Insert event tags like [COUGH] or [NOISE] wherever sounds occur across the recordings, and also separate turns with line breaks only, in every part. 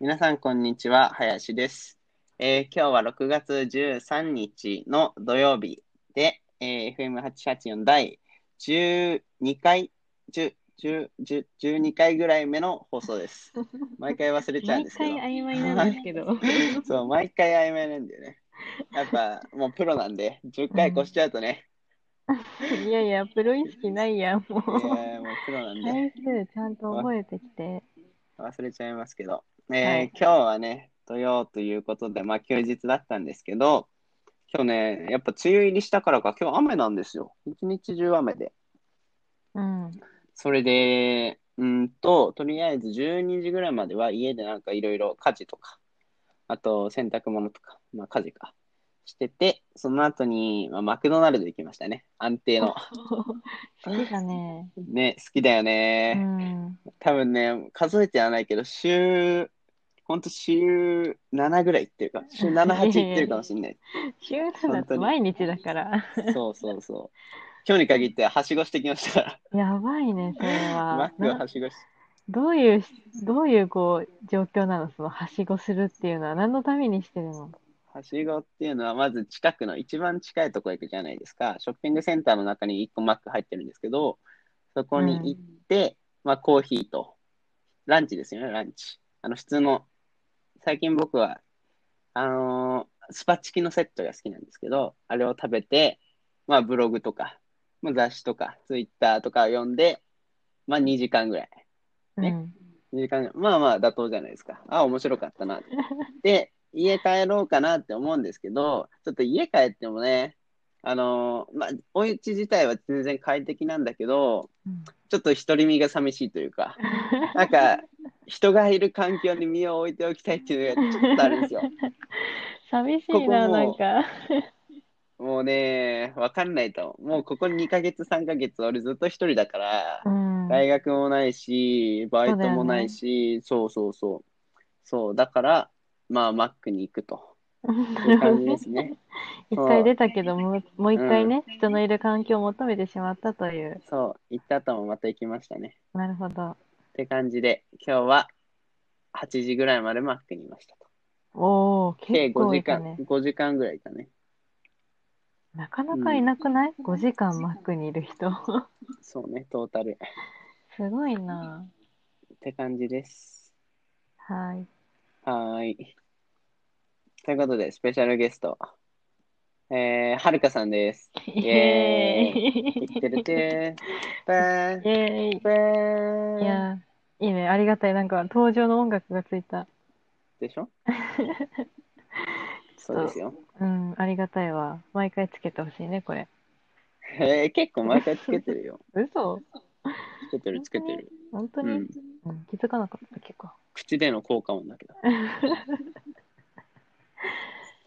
皆さん、こんにちは。林です。えー今日は6月13日の土曜日で、えー FM884 第12回、10 10 10 12回ぐらい目の放送です。毎回忘れちゃうん
毎
ですけど
回。曖昧なんですけど。
[LAUGHS] そう、毎回曖昧なんだよね。やっぱ、もうプロなんで、10回越しちゃうとね。
いやいや、プロ意識ないやん、 [LAUGHS]
いや
も
ー
う。
もうプロなんで、
回数ちゃんと覚えてきて。
忘れちゃいますけど。えー
はい
今日はね、土曜ということで、まあ休日だったんですけど、今日ね、やっぱ梅雨入りしたからか、今日雨なんですよ。一日中雨で。
うん。
それで、うんと、とりあえず12時ぐらいまでは家でなんかいろいろ家事とか、あと洗濯物とか、まあ家事か、してて、その後に、まあ、マクドナルド行きましたね。安定
[LAUGHS]
の。
好きだね。
ね、好きだよ
う
ね。
ん。
多分ね、数えてはないけど、週、ほんと週7ぐらい行ってるか、週7、8行ってるかもしんない。
週7だと毎日だから。
そうそうそう。今日に限ってはしごしてきましたか
やばいね、それ [LAUGHS]
ら。マッ
は。
クを
な
はしごし、
どういう、どういうこう、状況なのその、はしごするっていうのは何のためにしてるの
はしごっていうのは、まず近くの一番近いとこ行くじゃないですか。ショッピングセンターの中に1個マック入ってるんですけど、そこに行って、まあコーヒーと、ランチですよね、ランチ。あの、普通の、最近僕は、あのースパチキのセットが好きなんですけど、あれを食べて、まあブログとか、まあ、雑誌とか、ツイッターとかを読んで、まあ2時間ぐらい。ね
うん。
2時間ぐらいまあまあ妥当じゃないですか。あ、面白かったなって。
[LAUGHS]
で、家帰ろうかなって思うんですけど、ちょっと家帰ってもね、あのーまあ、お家自体は全然快適なんだけど、
うん
ちょっと独り身が寂しいというか、なんか、人がいる環境に身を置いておきたいっていうのがちょっとあるんで
[LAUGHS]
すよ。
[LAUGHS] 寂し
こ
い
こも
な、
う
なんか。
もうね、わかんないと。もうここ2ヶ月、3ヶ月、俺ずっと一人だから
う、ん。
大学もないし、バイトもないし、そうそうそう。そう、だから、まあ、マックに行くという感じですね。
[LAUGHS] 一回出たけどもう、もう一回ね、人のいる環境を求めてしまったという。
そう、行った後もまた行きましたね。
なるほど。
って感じで、今日は8時ぐらいまでマックにいましたと。
おお、
計
結
5
構
時
いた
間、
ね。
5時間ぐらいいたね。
なかなかいなくない ?5 時間マックにいる人。
そうね、トータル。
[LAUGHS] すごいな。
って感じです。
はい。
はーい。ということで、スペシャルゲスト、えー、はるかさんです。
イ
エ
エ
ー
ー
て
イ。
ってるてー、ば
[LAUGHS] イ
ー、
エーイ。
ばー。
いやー、いいね。ありがたい。なんか、登場の音楽がついた。
で
[LAUGHS]
しょそうですよ。
うん、ありがたいわ。毎回つけてほしいね、これ。
えー、結構毎回つけてるよ。
嘘
つけてるつけてる。
本当
う
に、
ん。
うん気づかなかった、結構。
口での効果音だけど。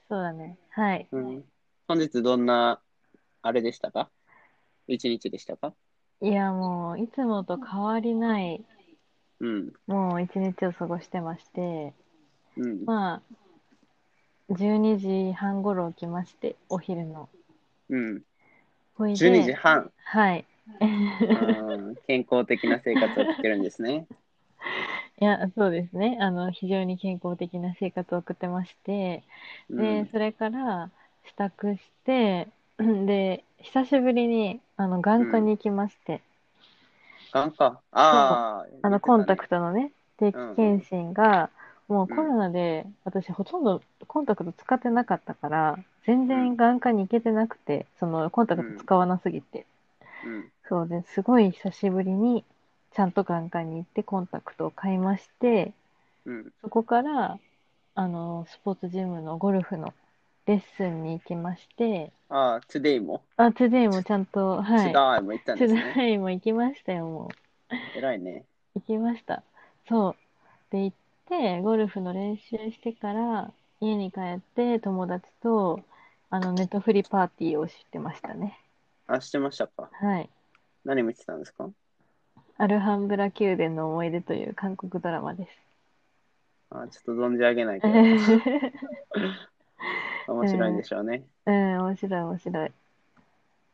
そうだね。はい。
うん、本日どんな、あれでしたか一日でしたか
いや、もう、いつもと変わりない、
うん。
もう一日を過ごしてまして、
うん。
まあ、12時半ごろ起きまして、お昼の。
うん。
ほいで
12時半。
はい。
うん健康的な生活を送ってるんですね。
いや、そうですね。あの、非常に健康的な生活を送ってまして、
う
で
ん、。
それから、支度して、 [CLEARS THROAT] で、久しぶりに、あの、眼科に行きまして、
眼科。ああ。
あの、コンタク
ト。
トのね、定期検診が、もうコロナで、私ほとんどコンタクト使ってなかったから、全
うん
然眼科に行けてなくて、その、コンタクト使わなすぎて。
うん。
そうですごい久しぶりにちゃんと眼科に行ってコンタクトを買いまして
うん。
そこからあのスポーツジムのゴルフのレッスンに行きまして
ああ、トゥデイも。
あトゥデイもちゃんとは
ト
い
ゥデイも行ったん
ト
です
ゥ
ね。
デイも行きましたよも
偉いね。
う行きましたそうで行ってゴルフの練習してから家に帰って友達とあのネットフリパーティーをしてましたね
あ、してましたか
はい
何見てたんですか
アルハンブラ宮殿の思い出という韓国ドラマです
あーちょっと存じ上げないけ
[LAUGHS]
ど、面白いんでしょうね。
うん、面白い面白い。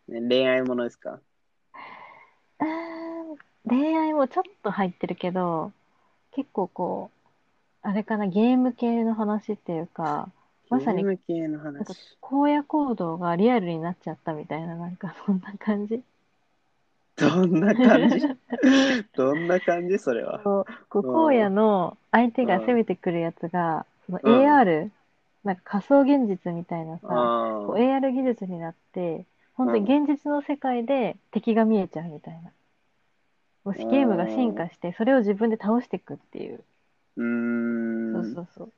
ね恋愛ものですか
あー恋愛もちょっと入ってるけど、結構こう、あれかな、ゲーム系の話っていうか、まさに
ゲーム系の
なんか
話。
荒野行動がリアルになっちゃったみたいな、なんかそんな感じ。
どんな感
[LAUGHS]
じどんな感じそれは。
こうこ
う
うん荒野の相手が攻めてくるやつが、その AR、なんか仮想現実みたいなさ、
あ
こう
ー
AR 技術になって、本当に現実の世界で敵が見えちゃうみたいな。もしゲームが進化して、それを自分で倒していくっていう。
うー。
そうんそうそう。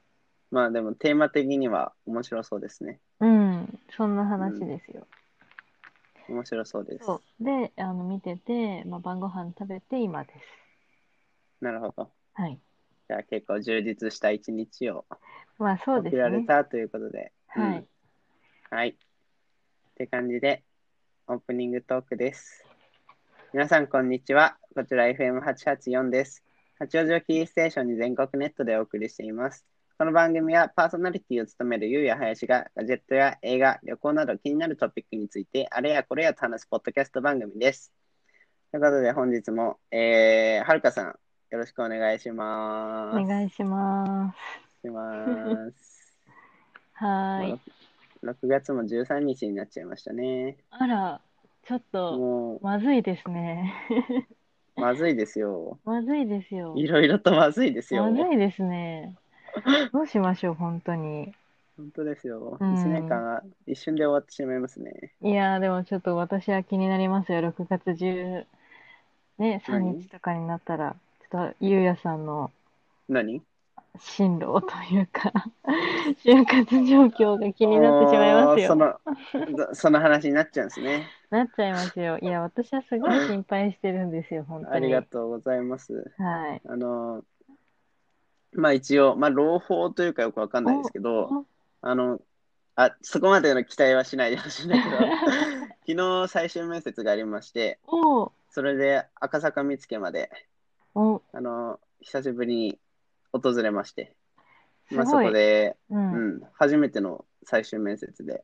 まあでもテーマ的には面白そうですね。
うん、そんな話ですよ。
面白そうです。
そうで、あの見てて、まあ、晩ご飯食べて今です。
なるほど。
はい。
じゃあ結構充実した一日を
まあそう
送
です
られ
ね。
たということで。
は
う
い
ん。はい。って感じで、オープニングトークです。皆さん、こんにちは。こちら FM884 です。八王子をキーステーションに全国ネットでお送りしています。この番組はパーソナリティを務めるゆうやはやしがガジェットや映画、旅行など気になるトピックについてあれやこれやと話すポッドキャスト番組です。ということで本日も、えー、はるかさんよろしくお願いし
お
ます。
願いします。
します。
はー
も
い。
う6月も13日になっちゃいましたね。
あら、ちょっと、
も
まずいですね。
う、まずいですよ。
まずいですよ。
いろいろとまずいですよ。
まずいですね。どうしましょう、本当に。
本当ですよ。
うん
1年間が一瞬で終わってしまいますね。
いやー、でもちょっと私は気になりますよ。6月10、ね、3
何
日とかになったら、ちょっと、ゆうやさんの
何
進路というか、 [LAUGHS] 就活状況が気になってしまいますよ。
おーそ [LAUGHS] の、どその話になっちゃうんですね。
なっちゃいますよ。いや、私はすごい心配してるんですよ、本当に。
ありがとうございます。
はい。
あの、まあ一応、まあ朗報というかよくわかんないですけ
おお
ど、あの、あ、そこまでの期待はしないでほしいんだ
[LAUGHS]
けど、昨日最終面接がありまして、
おう
それで赤坂見附まで、
お、
あの、久しぶりに訪れまして、まあ
す
そ
ごい
こで、
う。
うんん、初めての最終面接で、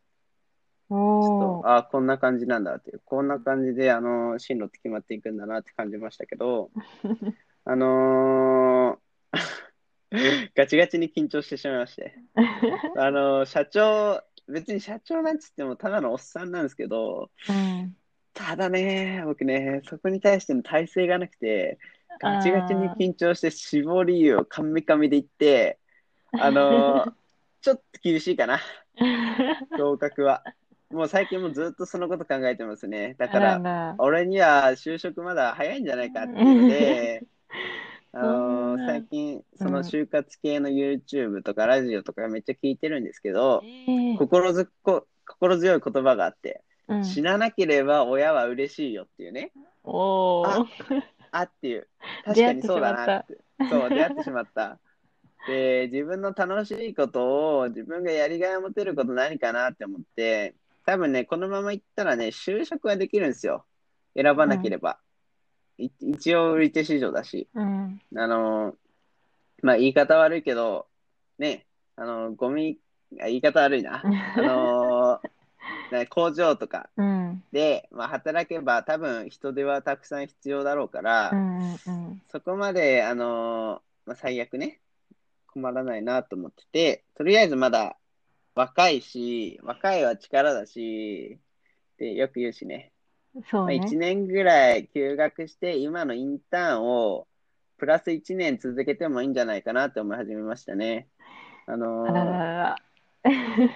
ちょ
お
っ
ー
と、ああ、こんな感じなんだっていう、こんな感じで、あの、進路って決まっていくんだなって感じましたけ
[LAUGHS]
ど、あのー [LAUGHS] ガチガチに緊張してしまいま
[LAUGHS]
して、あのー社長、別に社長なんつっても、ただのおっさんなんですけど、
うん。
ただね、僕ね、そこに対しての体制がなくて、ガチガチに緊張して、絞り湯をかみかみでいって、あ
[LAUGHS]
のーちょっと厳しいかな。合格は。もう最近もずっとそのこと考えてますね。だ
だ
から、
ら、
俺には就職まだ早いんじゃないかっていうの
[LAUGHS]
で、あの
そん
ー
な
最近、
うん
その就活系の YouTube とかラジオとかめっちゃ聞いてるんですけど
え、ー
心づこ心強い言葉があって、
うん
死ななければ親は嬉しいよっていうね、
おー
あっていう、確かにそうだなって、そう、出会
出
っ
会ってて
しまった。で、自分の楽しいことを、自分がやりがいを持てること何かなって思って、多分ね、このまま行ったらね、就職はできるんですよ。選ばなければ。い一応、売り手市場だし、
うん。
あの、まあ、言い方悪いけど、ね、あの、ゴミ、あ言い方悪いな。あの、 [LAUGHS] ね工場とか
うん。
で、まあ、働けば多分人手はたくさん必要だろうから、
うん。うん。
そこまで、あのーまあ、最悪ね、困らないなと思ってて、とりあえずまだ若いし、若いは力だし、ってよく言うしね、
そう
まあ、1
ね。
年ぐらい休学して、今のインターンをプラス1年続けてもいいんじゃないかなって思い始めましたね。あの
あ
ー
らららら。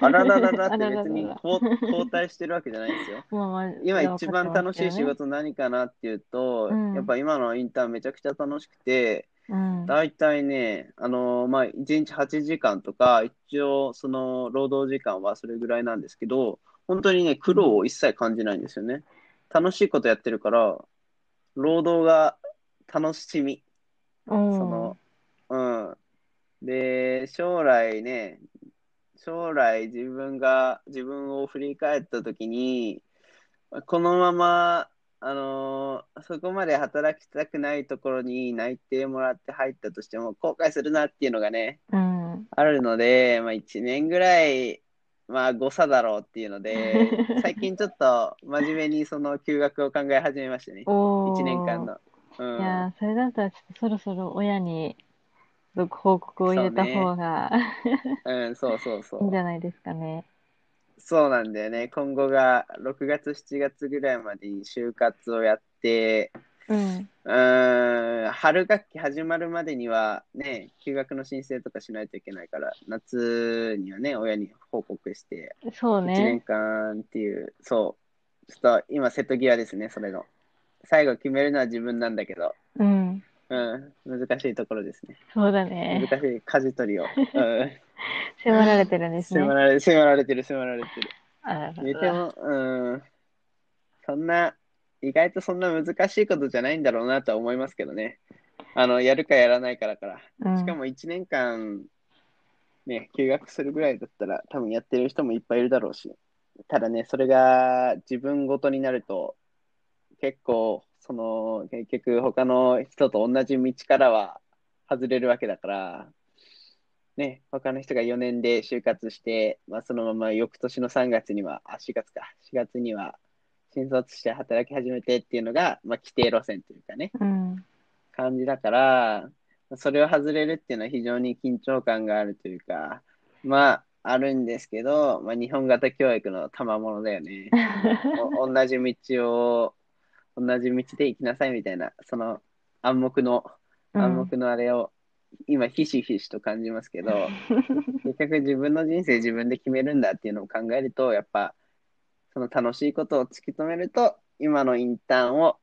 あららららって
あら
別 [LAUGHS] に
らら
こう交代してるわけじゃないんですよ。
まあまあ
[LAUGHS] 今
わかって
一番楽しい
ます
仕
よね
事何かなっていうと、
うん
やっぱ今のインターンめちゃくちゃ楽しくて、
うん。
大体ね、あのまあ、1日8時間とか、一応、その、労働時間はそれぐらいなんですけど、本当にね、苦労を一切感じないんですよね。楽しいことやってるから、労働が楽しみ、
おー
その、うん。で、将来ね、将来自分が、自分を振り返った時に、このまま、あのーそこまで働きたくないところに内定もらって入ったとしても、後悔するなっていうのがね、
うん。
あるので、まあ、1年ぐらい、まあ、誤差だろうっていうの
[LAUGHS]
で、最近ちょっと真面目にその休学を考え始めましたね。
おー
1年間の。う
いや
ん、
ーそれだったらちょっとそろそろ親に続報告を入れた方が
うん、そうそうそ
いいんじ
う。
ゃないですかね。
そうなんだよね。今後が6月、7月ぐらいまでに就活をやって、
うん。
うーん、春学期始まるまでにはね、休学の申請とかしないといけないから、夏にはね、親に報告して、
そう
1年
ね。
間っていう、そう、ちょっと今、瀬戸際ですね、それの。最後決めるのは自分なんだけど、
うん。
うん、難しいところですね。
そうだ
難 [LAUGHS]
ね。
しい舵取りを。うん
迫られてるん [LAUGHS] ですね。
迫られ迫られてる、迫られてる。
あらら
言うて
ら。
も、うん、そんな、意外とそんな難しいことじゃないんだろうなとは思いますけどね。あの、やるかやらないからから。
うん
しかも1年間、ね、休学するぐらいだったら、多分やってる人もいっぱいいるだろうし。ただね、それが自分ごとになると、結構、その、結局、他の人と同じ道からは外れるわけだから、ね、他の人が4年で就活して、まあ、そのまま翌年の3月には、あ、4月か、4月には、新卒して働き始めてっていうのが、まあ、規定路線というかね、
うん。
感じだから、それを外れるっていうのは非常に緊張感があるというか、まあ、あるんですけど、まあ、日本型教育の賜物だよね。お同じ道を、同じ道で行きなさいみたいな、その暗黙の、暗黙のあれを、今、ひしひしと感じます
[LAUGHS]
けど、結局自分の人生自分で決めるんだっていうのを考えると、やっぱ、その楽しいことを突き止めると、今のインターンを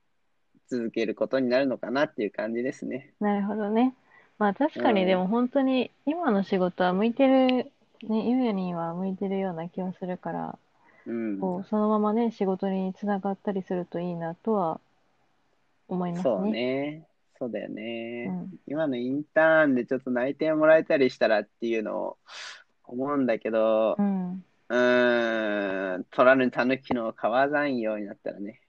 続けることになるのかなっていう感じですね。
なるほどね。まあ確か
う
に
ん
でも本当に今の仕事は向いてる、ね、ゆうやには向いてるような気はするから、
うん、
こうそのままね、仕事につながったりするといいなとは思います
そう
ね。
ね。そうだよね、
うん
今のインターンでちょっと内定もらえたりしたらっていうのを思うんだけど
う、ん。
うーん、取らぬ狸の皮山ようになったらね。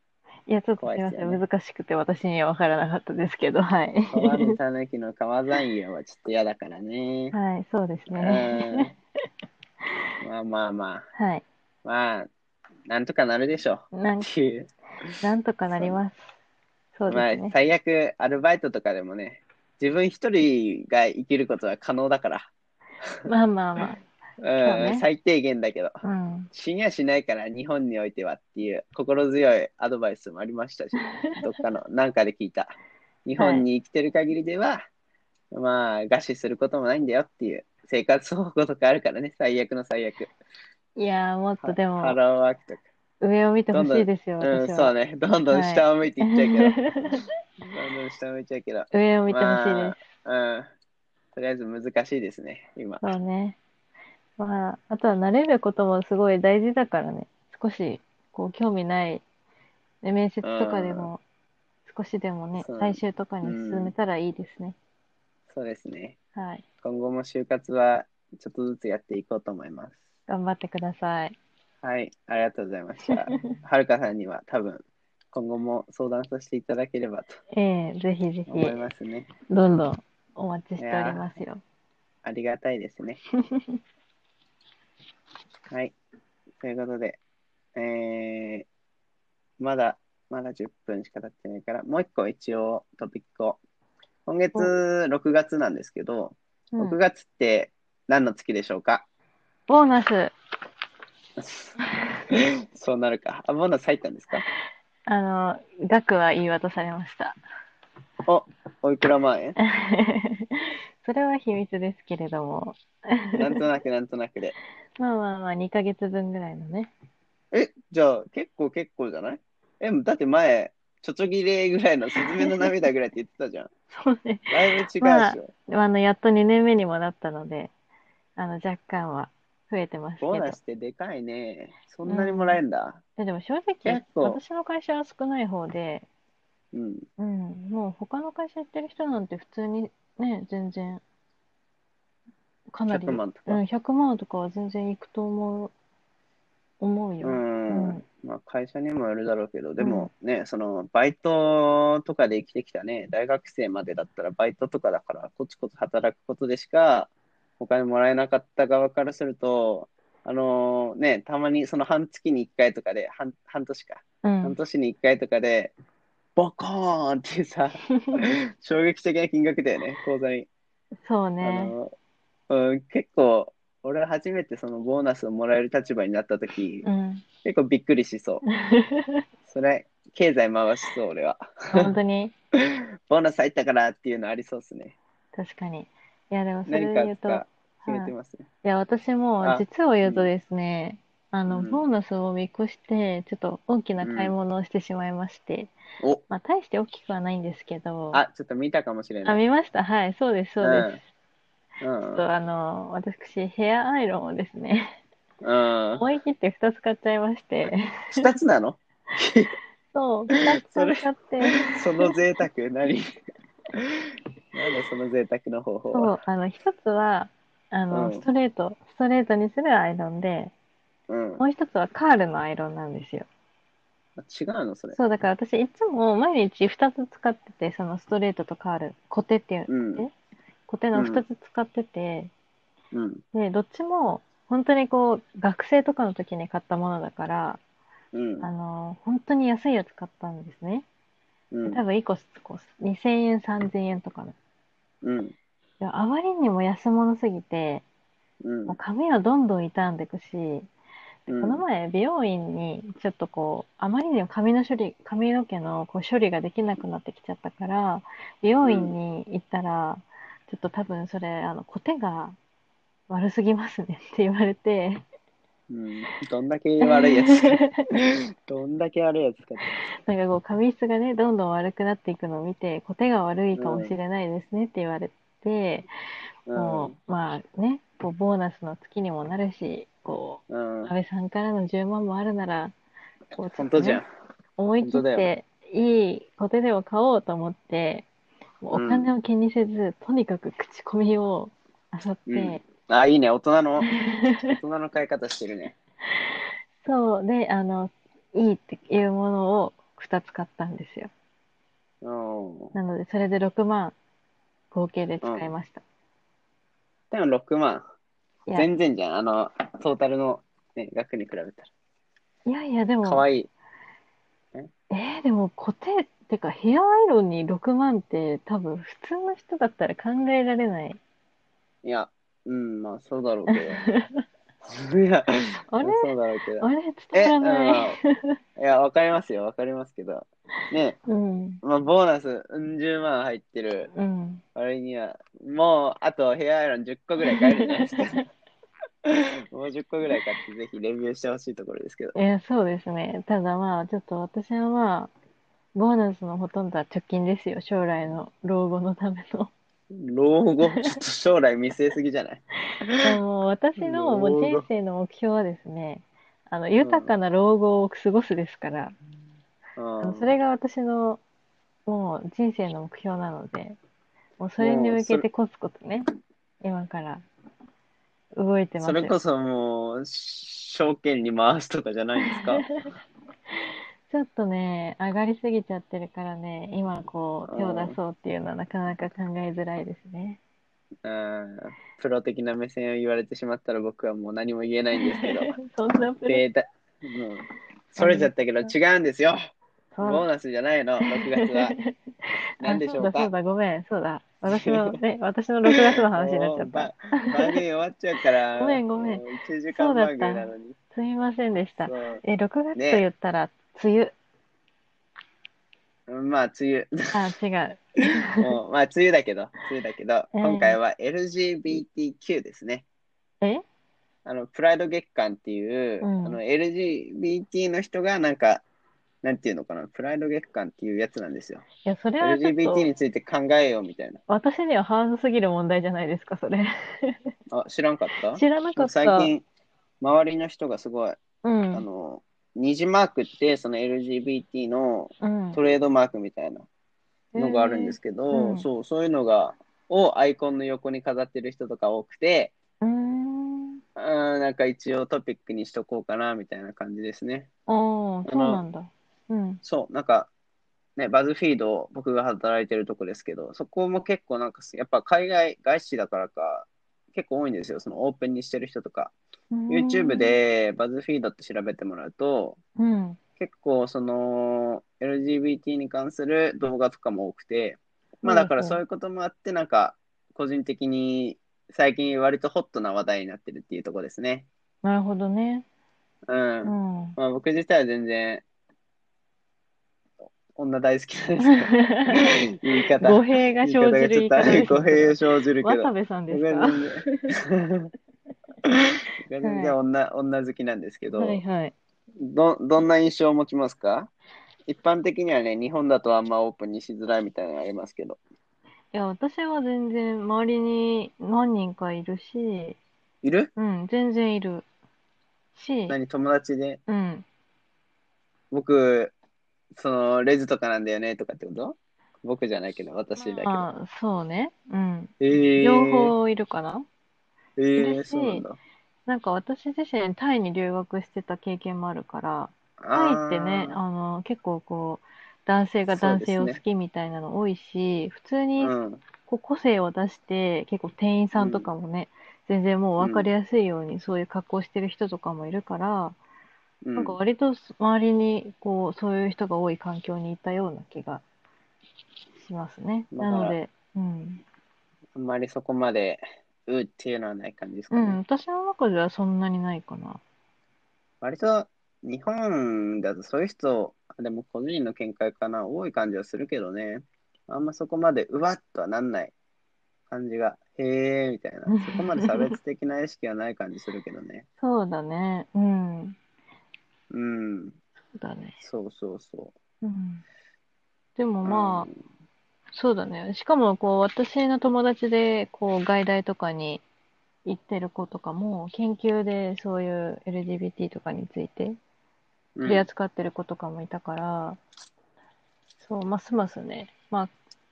いや、ちょっと
怖い
すい
で
ますせ
よね
ん。難しくて私には分からなかったですけど、はい。
取らぬ狸の皮山ようはちょっと嫌だからね。
[LAUGHS] はい、そうです
う
ね。
ん。まあまあまあ、
はい。
まあ、なんとかなるでしょ
なん
うっていう。
なんとかなります。そう
まあ
ですね、。
最悪アルバイトとかでもね、自分一人が生きることは可能だから。
まあまあま
うん、
ね
最低限だけど。
あ。うん。
死にはしないから日本においてはっていう心強いアドバイスもありました
[LAUGHS]
し、どっかのなんかで聞いた。日本に生きてる限りでは、まあ、餓死することもないんだよっていう生活保護とかあるからね、最悪の最悪。
いやー、もっとで
ハ
も
ローワークとか。
上を見てほしいですよ、
うん、
私
そう
は。
ね。どんどん下を向いていっちゃう [LAUGHS] けど。どんどん下を向いちゃうけど。
上を見てほしいです
ま。あ、うん。とりあえず難しいですね、今。
そうね。まあ、あとは慣れることもすごい大事だからね。少し、こう、興味ない、ね面接とかでも、少しでもね
そう、
最終とかに進めたらいいですね。
そうですね。
はい。
今後も就活はちょっとずつやっていこうと思います。
頑張ってください。
はい、ありがとうございま
[LAUGHS]
した。はるかさんには多分今後も相談させていただければと
ええぜひぜひ、
思いますね。
どんどんお待ちしておりますよ。
ありがたいです
[LAUGHS]
ね。はい、ということで、えー、まだまだ10分しか経ってないから、もう一個一応トピックを。今月
お
6月なんですけど、
うん
6月って何の月でしょうか、 [LAUGHS]
ボーナス、
そうなるか。あ、ボーナス入ったんですか
あの、額は言い渡されました。 [LAUGHS]
お、おいくら万円
それは秘密ですけれども、
なんとなくなんとなくで。
まあまあまあ、2ヶ月分ぐらいのね。
え、じゃあ結構結構じゃないえ、だって前、ちょちょぎれぐらいのスズメの涙ぐらいって言ってたじゃん。
[LAUGHS] そうね。
だいぶ違うでしょ。
まああの、やっと2年目にもなったので、あの、若干は増えてますけ
ボ
ど。
ーナスってでかいね。そんなにもらえんだ。
ででも正直
結、構
私の会社は少ない方で、
うん。
うん、もう他の会社行ってる人なんて普通にね、全然、かなり、
100万と
うん、
か。
100万とかは全然行くと思う、思う
う
よ。
ん。
うん
まあ会社にもよるだろうけど、でもね、そのバイトとかで生きてきたね、大学生までだったらバイトとかだから、コツコツ働くことでしかお金もらえなかった側からすると、あのね、たまにその半月に1回とかで、半半年か、
うん
半年に1回とかで、
[LAUGHS]
ボコーンっていうさ、衝撃的な金額だよね、口座に。
そう
あ
ね。
の、うん、結構、俺は初めてそのボーナスをもらえる立場になった時、
うん。
結構びっくりし
[LAUGHS]
そう。それ、経済回しそう、俺は。
本当に、
ボーナス入ったからっていうのありそうですね。
確かに。いや、でもそれ
何
で
か
言うと、
か決め
はい
てますね。
いや、私も
あ
実を言うとですね、あの、
うん
ボーナスを見越して、ちょっと大きな買い物をしてしまいまして、
お
まあ、大して大きくはないんですけど、
あ、ちょっと見たかもしれ
あ、
ない。
見ました。はい、そうです、そうです。
うん。う
ちょっ
ん。
とあの、私、ヘアアイロンをです
[LAUGHS]
ね、
うん。
思い切って2つ買っちゃいまして、
二つなの
そう、2つ
それ
買って、
[LAUGHS] その贅沢、何なんだその贅沢の方法
そ
は。
う、あの、1つは、あの、
うん
ストレート、ストレートにするアイロンで、
うん。違う
もう1つはカールのアイロンなんですよ。
のそれ。
そう、だから私、いつも毎日2つ使ってて、そのストレートとカール、コテっていう、
うん。
コテの
うん
2つ使ってて、
うん。
で、どっちも、本当にこう、学生とかの時に買ったものだから、
うん
あ。の、本当に安いやつ買ったんですね。
うん。
多分1個こう2000円、3000円とかの。
うん。
いやあまりにも安物すぎて、
うん
もう。髪はどんどん傷んでいくし、
うん
この前、美容院にちょっとこう、あまりにも髪の処理、髪の毛のこう処理ができなくなってきちゃったから、美容院に行ったら、ちょっと多分それ、あの、コテが悪すぎますねって言われて、 [LAUGHS]
うん。どんだけ悪いやつか。どんだけ悪いやつかって。
なんかこう、髪質がね、どんどん悪くなっていくのを見て、コテが悪いかもしれないですねって言われて、
うん
も。う、まあね、こう、ボーナスの月にもなるし、こ
うん
う、安。倍さんからの10万もあるなら、こう、ちょ
本
っ
当
とね
じゃん。
思い切っ
本当だ
ていいコテでも買おうと思って、もうお金を気にせず、とにかく口コミを漁って、
うんあ、いいね。大人
[LAUGHS]
の、大人の買い方してるね。
そうで、あの、いいっていうものを2つ買ったんですよ。
うん。
なので、それで6万合計で使いました。
でも6万。
いや、い
全然じゃん。あの、トータルの、ね、額に比べた
やいや、で
ら。
も、
かわいい。
えーでもコテってかヘアアイロンに6万って多分普通の人だったら考えられない。
いや、うん、まあ、そうだろうけ
[LAUGHS]
ど。いや、
あれ
そうだろうけ
あ
ど。
れ
え、
伝
う
わら
ん、
ない。
いや、わかりますよ、わかりますけど。ね、
[LAUGHS] うん。
まあ、ボーナス、うん、10万入ってる
うん。
割には、もう、あとヘアアイロン10個ぐらい買えるんじゃ
[LAUGHS]
ないですか。もう10個ぐらい買って、ぜひレビューしてほしいところですけど。
いや、そうですね。ただまあ、ちょっと私はまあ、ボーナスのほとんどは貯金ですよ。将来の老後のため
[LAUGHS]
の。
老後、ちょっと将来見据えすぎじゃない
でも私のもう人生の目標はですね、あの、豊かな老後を過ごすですから、
う
あの
ん。
それが私のもう人生の目標なので、もうそれに向けてコツコツね、今から動いてます
それ
よ
こそもう、証券に回すとかじゃないんです
[LAUGHS]
か
ちょっとね、上がりすぎちゃってるからね、今こう手を出そうっていうのはなかなか考えづらいですね。
うんプロ的な目線を言われてしまったら僕はもう何も言えないんですけど。
そんなプレ
データ、うん、それちゃったけど違うんですよ。
そう
ボーナスじゃない
[LAUGHS]
の、6月は。何でしょう
あそうだ、そ
か。
うだ、ごめん、そうだ。私
[LAUGHS]
のね、私の6月の話になっちゃっ
も
た。
うば番組終わっちゃうから。
ごめんごめん
もう1時間番組なのに。
すみませんでした。
そう
え、6月と
ね
言ったら、梅雨。
まあ、梅
あ、違う。
雨。もうまあ、梅雨だけど、梅雨だけど、
うん
今回は LGBTQ ですね。
え
あの、プライド月間っていう、
うん
あの、LGBT の人がなんか、なんていうのかな、プライド月間っていうやつなんですよ。
いや、それはちょっ
LGBT
と、
について考えようみたいな。
私にはハードすぎる問題じゃないですか、それ。
あ、知らんかった
知らなかった。
最近、周りの人がすごい、
う
あ
ん。
の、二次マークって、その LGBT の
うん。
トレードマークみたいなのがあるんですけど、
へーうん
そう、そういうのが、をアイコンの横に飾ってる人とか多くて、
うーん。
あーなんか一応トピックにしとこうかな、みたいな感じですね。
ああ、そうなんだ。うん。
そう、なんか、ね、バズフィード、僕が働いてるとこですけど、そこも結構なんか、やっぱ海外、外資だからか、結構多いんですよ、そのオープンにしてる人とか。YouTube。でバズフィードって調べてもらうと、
うん。
結構その LGBT に関する動画とかも多くて、まあ
うん
だからそういうこともあって、なんか個人的に最近割とホットな話題になってるっていうところですね。
なるほどね。
うん。
うん。
[LAUGHS] まあ僕自体は全然、女大好きなんですけど、
[LAUGHS]
言い方。
語弊が生じる言
言い方がちょっ
い方です
とあれ語弊を生じるけど
渡。部さんです
僕
か
は全然
[LAUGHS]
僕は全然女、女好きなんですけど、
はいはい。
ど、どんな印象を持ちますか一般的にはね、日本だとあんまオープンにしづらいみたいなのありますけど。
いや、私は全然周りに何人かいるし、
いる
うん、全然いるし、
何友達で、
うん。
僕、その、レズとかなんだよねとかってこと僕じゃないけど、私だけど。
まあ、そうね。うん。
えー、
両方いるかな。
え
いる
ー、
し
そうなんだ。
なんか私自身タイに留学してた経験もあるから、タイ
あ
ってね、
ー
あの、結構こう、男性が
そう
男
ですね
性を好きみたいなの多いし、普通に
うん、
こう個性を出して、結構店員さんとかもね、全然もう分かりやすいようにそういう格好してる人とかもいるから、
うん。
なんか割と周りにこうそういう人が多い環境にいたような気がしますね。
だから
なので、うん、
あんまりそこまで、うっていうのはない感じですか
う
ね。
ん、私の中ではそんなにないかな。
割と日本だとそういう人、でも個人の見解かな、多い感じはするけどね。あんまそこまでうわっとはなんない感じが、へえみたいな、そこまで差別的な意識はない感じするけどね。
そうだね、うん、
うん、
そうだね。
そうそうそ
うん、でも
う。
まあ、
うん
そうだね。しかもこう私の友達でこう外大とかに行ってる子とかも研究でそういう LGBT とかについて
うん
取り扱ってる子とかもいたから、そう、ますますね、まあ、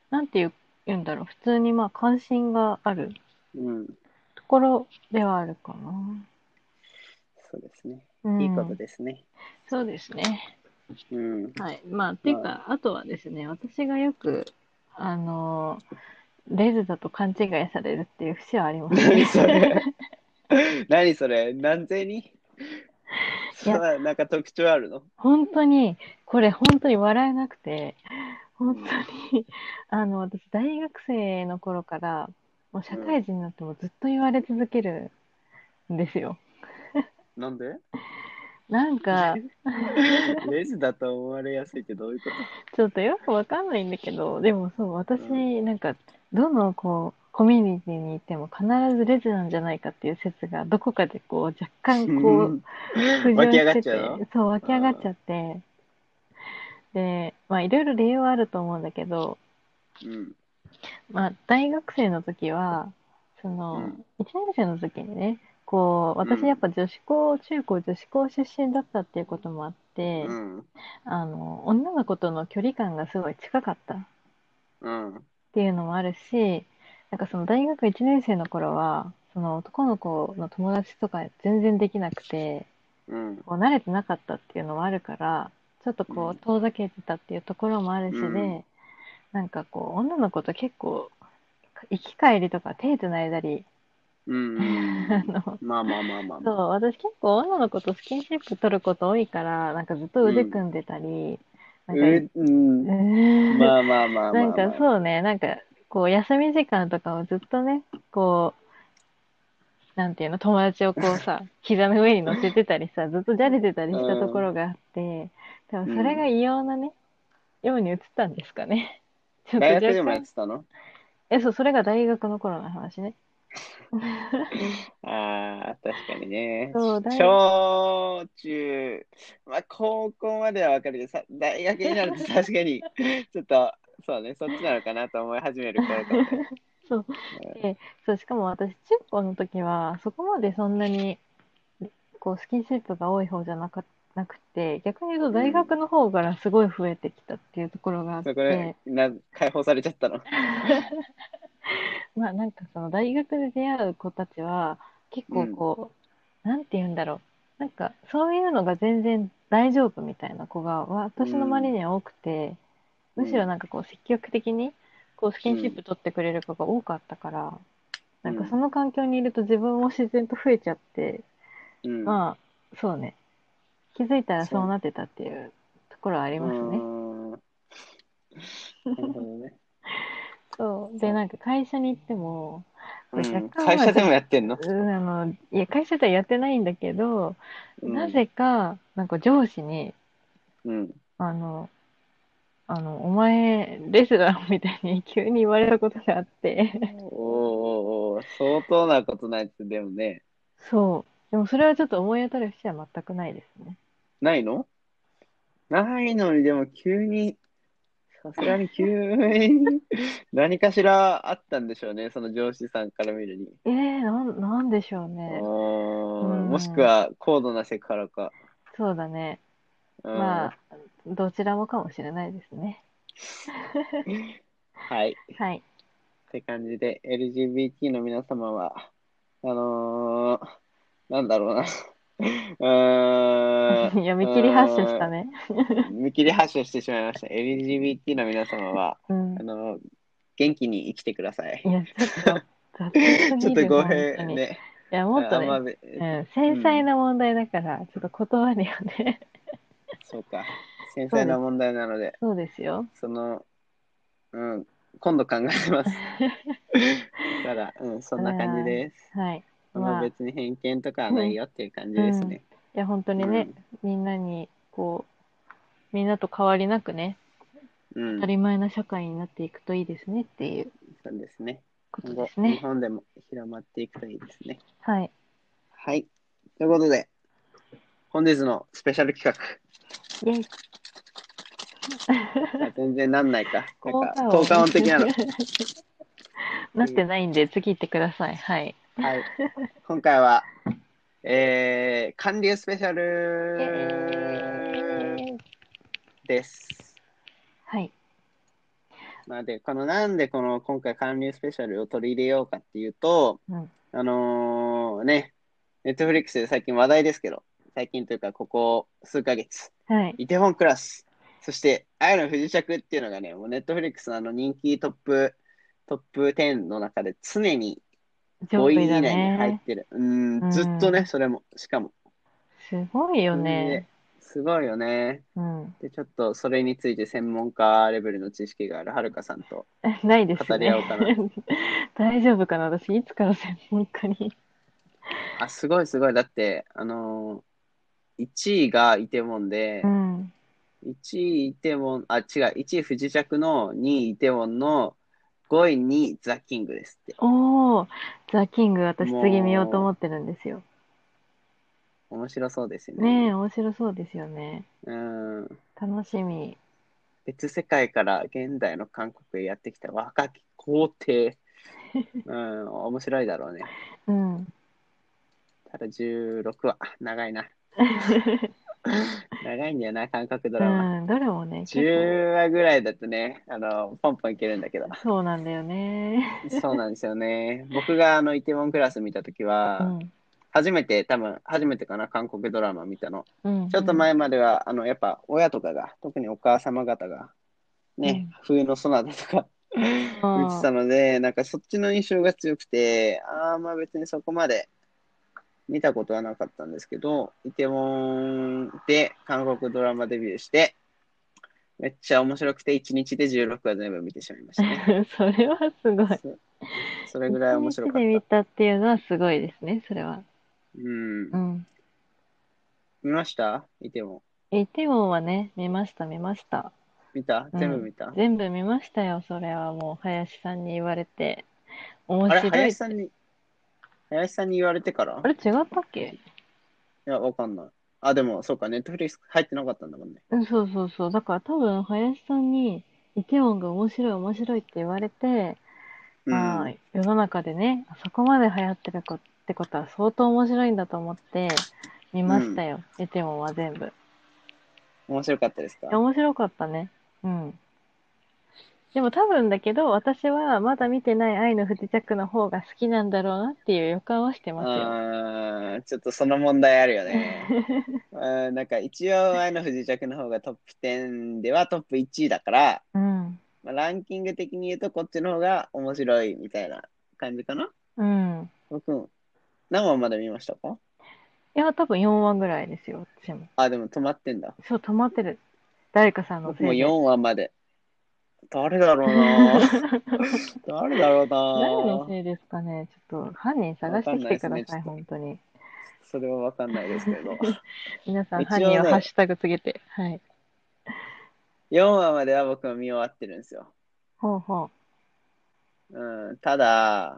なんていう、言うんだろう、普通にまあ関心がある
うん、
ところではあるかな。
そうですね。
うん、
いいことですね。
そうですね。
うん、
はい。まあ、っていうか、あとはですね、私がよく、あのーレズだと勘違いされるっていう節はあります
何
ね。
それ何それ何千人 [LAUGHS] それはなんか特徴あるの
本当に、これ本当に笑えなくて、本当に、あの、私大学生の頃から、もう社会人になってもずっと言われ続けるんですよ。
なんで
なんか、
[LAUGHS] レジだと思われやすいってどういうこ
ちょっとよくわかんないんだけど、でもそう、私、なんか、どのこう、コミュニティにいても必ずレズなんじゃないかっていう説がどこかでこう若干
と
こう浮
湧
上
き上がっ
して
ち
て
ゃうの
そう湧き上がっちゃってでまあいろいろ理由はあると思うんだけど、
うん
まあ、大学生の時はその、
うん
1年生の時にねこう
うん
私やっぱ女子校中高女子校出身だったっていうこともあって、
うん
あの女の子との距離感がすごい近かったっ
うん
ていうのもあるしなんかその大学1年生の頃はその男の子の友達とか全然できなくて。
うん
こう慣れてなかったっていうのもあるからちょっと
う
こ
ん
う遠ざけてたっていうところもあるしで、
うん
なんかこう女の子と結構行き帰りとか手つないだり、
うんう
[LAUGHS] あ
ん
の
まあまあまあまあ
そ
まあ
う私結構女の子とスキンシップ取ること多いからなんかずっと腕組んでたり、
う
なんか、
んうん
うーん
まあまあまあまあ
なん
まあ
かそうねなんかこう休み時間とかをずっとねこうなんていうの友達をこう
[LAUGHS]
さ膝の上に乗せてたりさずっとじゃれてたりしたところがあって、多分それが異様なね、ように映ったんです
[LAUGHS]
かねちょっと
大
若
学でもやっ
干
てたの
えそうそれが大学の頃の話ね
ああ確かにね
そう大
小中まあ高校まではわかるけどさ大学になると確か
[LAUGHS]
にちょっとそうねそっちなのかなと思い始める頃かもね
[LAUGHS] そうでそうしかも私中高の時はそこまでそんなにこうスキンシップが多い方じゃなかなくて逆に言うと大学の方からすごい増えてきたっていうところがあって、
そこでな解放されちゃったの
まあなんかその大学で出会う子たちは結構こう、なんて言うんだろうなんかそういうのが全然大丈夫みたいな子が私の周りには多くて、
うん
むしろなんかこう積極的にこうスキンシップ取ってくれる子が多かったから、
うん
なんかその環境にいると自分も自然と増えちゃって、
うん
まあそうね気づいたらそうなってたっていうところはありますね。
うーんなるほどね。
そう。で、なんか会社に行っても、 [LAUGHS] こ
う
れ
ん、
100回
会社でもやってんの
うんあの、いや、会社ではやってないんだけど、
うん
[LAUGHS] なぜか、なんか上司に、
うん。
あの、あの、お前、レスラーみたいに急に言われたことがあって、
おーおーおー相当なことないです、でもね。
そう。でもそれはちょっと思い当たる節は全くないですね。
ないのないのに、でも急に、さすがに急に、 [LAUGHS] 何かしらあったんでしょうね、その上司さんから見るに。
えー、なん、なんでしょうね。
う
うん
んもしくは高度なセクハラか。
そうだね。
うん
まあ、どちらもかもしれないですね。
はい。
はい。
って感じで、LGBT の皆様は、あのーなんだろうな。 [LAUGHS] うーん
[LAUGHS] 読み切り発車したね。
見切り発射してしまいました。LGBT の皆様は、
うん
あ。の、元気に生きてください [LAUGHS]
い。や、ちょっと、雑す
ちょっ
ぎ
と
るな、
語
本当
弊
に。い
ね。
や、もっと
あんま
ね、
べ
うん、繊細な問題だから、ちょっと断るよね。 [LAUGHS]
そうか。繊細な問題なので、
そうですよ。
その、うん、今度考え
[LAUGHS]
ます。ただ、うん、そんな感じです。
はい。
あの
まあ、い
別に偏見とかはないよっていう感じですね。
や、本当にね、みんなに、こう、みんなと変わりなくね、
うん、
当たり前な社会になっていくといいですねっていう
そうですね。
こと
今後
です
日
ね。
本でも広まっていくといいですね。
はい。
はい。ということで、本日のスペシャル企
[LAUGHS] イェイ。
画、あ全然なんないか、なん
効
か
果音
効果音的な
[LAUGHS]
の。
なってないんで、次行ってください。はい。
はい。今回は、えー、韓流スペシャルです。
はい。
まあ、で、このなんでこの今回韓流スペシャルを取り入れようかっていうと、
うん
あのーね、ネットフリックスで最近話題ですけど、最近というかここ数ヶ月、
はい。
イテウォンクラス、そして愛の不時着っていうのがね、もうネットフリックスのあの人気トップ、トップ10の中で常に
上
5位
位
以
だ
内に入っ
ね。
てる。うん、ずっとね、それも、しかも。
すごいよね。
すごいよね。
うん。 [LAUGHS]
で、ちょっとそれについて専門家レベルの知識があるはるかさんと。
ないです
語り合おうかな
ね。 [LAUGHS] 大丈夫かな私、いつから専門家に。
あ、すごいすごい。だって、あのー、1位がイテウォンで
う、ん。
1位イテウォン、あ、違う、1位不時着の、2位イテウォンの、5位にザ・キングですって。
おお、ザ・キング、私
もう
次見ようと思ってるんですよ。
面白そうですよ
ね
ね。
え、面白そうですよね。
うん。
楽しみ。
別世界から現代の韓国へやってきた若き皇
[LAUGHS]
帝。うん、面白いだろうね。
うん。
ただ16話、長いな。長いんだよな、韓国ドラマ。
うん、どれもね、結構、
10話ぐらいだとね、あの、ポンポンいけるんだけど。
そうなんだよね。
そうなんですよ
[LAUGHS]
ね。僕があの、イテウォンクラス見たときは、
うん。
初めて、多分、初めてかな、韓国ドラマ見たの。
うん。
ちょっと前までは、あの、やっぱ、親とかが、特にお母様方が、ね、冬のソナタとか、
うん
打ってたので、なんかそっちの印象が強くて、あーまあ別にそこまで見たことはなかったんですけど、イテウォンで韓国ドラマデビューして、めっちゃ面白くて、1日で16話全部見てしまいましたね。
[LAUGHS] それはすごい。
そそれぐらい面白かっ
一日で見
た。
たっていうのはすごいですね、それは。
うん
う。ん。
見ましたイテウォン。
イテウォンはね、見ました、見ました。
見た
うん
全部見た、
全部見ましたよ、それはもう、林さんに言われて。面
あれ、
白い。
林さんに、林さんに言われてから
あれ、違ったっけ
いや、わかんない。あ、でも、そうか、ネットフリックス入ってなかったんだもんね。
うん、そうそうそう。だから多分、林さんに、イテウォンが面白い、面白いって言われて、まあ、
い。
世の中でね、あそこまで流行ってる子ってことは相当面白いんだと思って、見ましたよ、イテウォンは全部。い
面白かったですか
や面白かったね。うん。でも多分だけど、私はまだ見てない愛の不時着の方が好きなんだろうなっていう予感はしてますよ。
あーちょっとその問題あるよ
[LAUGHS]
ね。あーなんか一応、愛の不時着の方がトップ10ではトップ1位だから、
うん。
まあ、ランキング的に言うとこっちの方が面白いみたいな感じかな
うん。
僕、何話まで見ましたか
いや、多分4話ぐらいですよ、私も。
あ、でも止まってんだ。
そう、止まってる。誰かさんの
僕
せ
も
いで。
4話まで。誰だろう
[LAUGHS]
な誰だろう
誰の
な
せいですかねちょっと犯人探してきてください、本当に。
それはわかんないですけど。
皆さん、
一
犯
応ね
人をハッシュタグつけて。はい。
4話までは僕も見終わってるんですよ。
ほうほ
うん、ただ、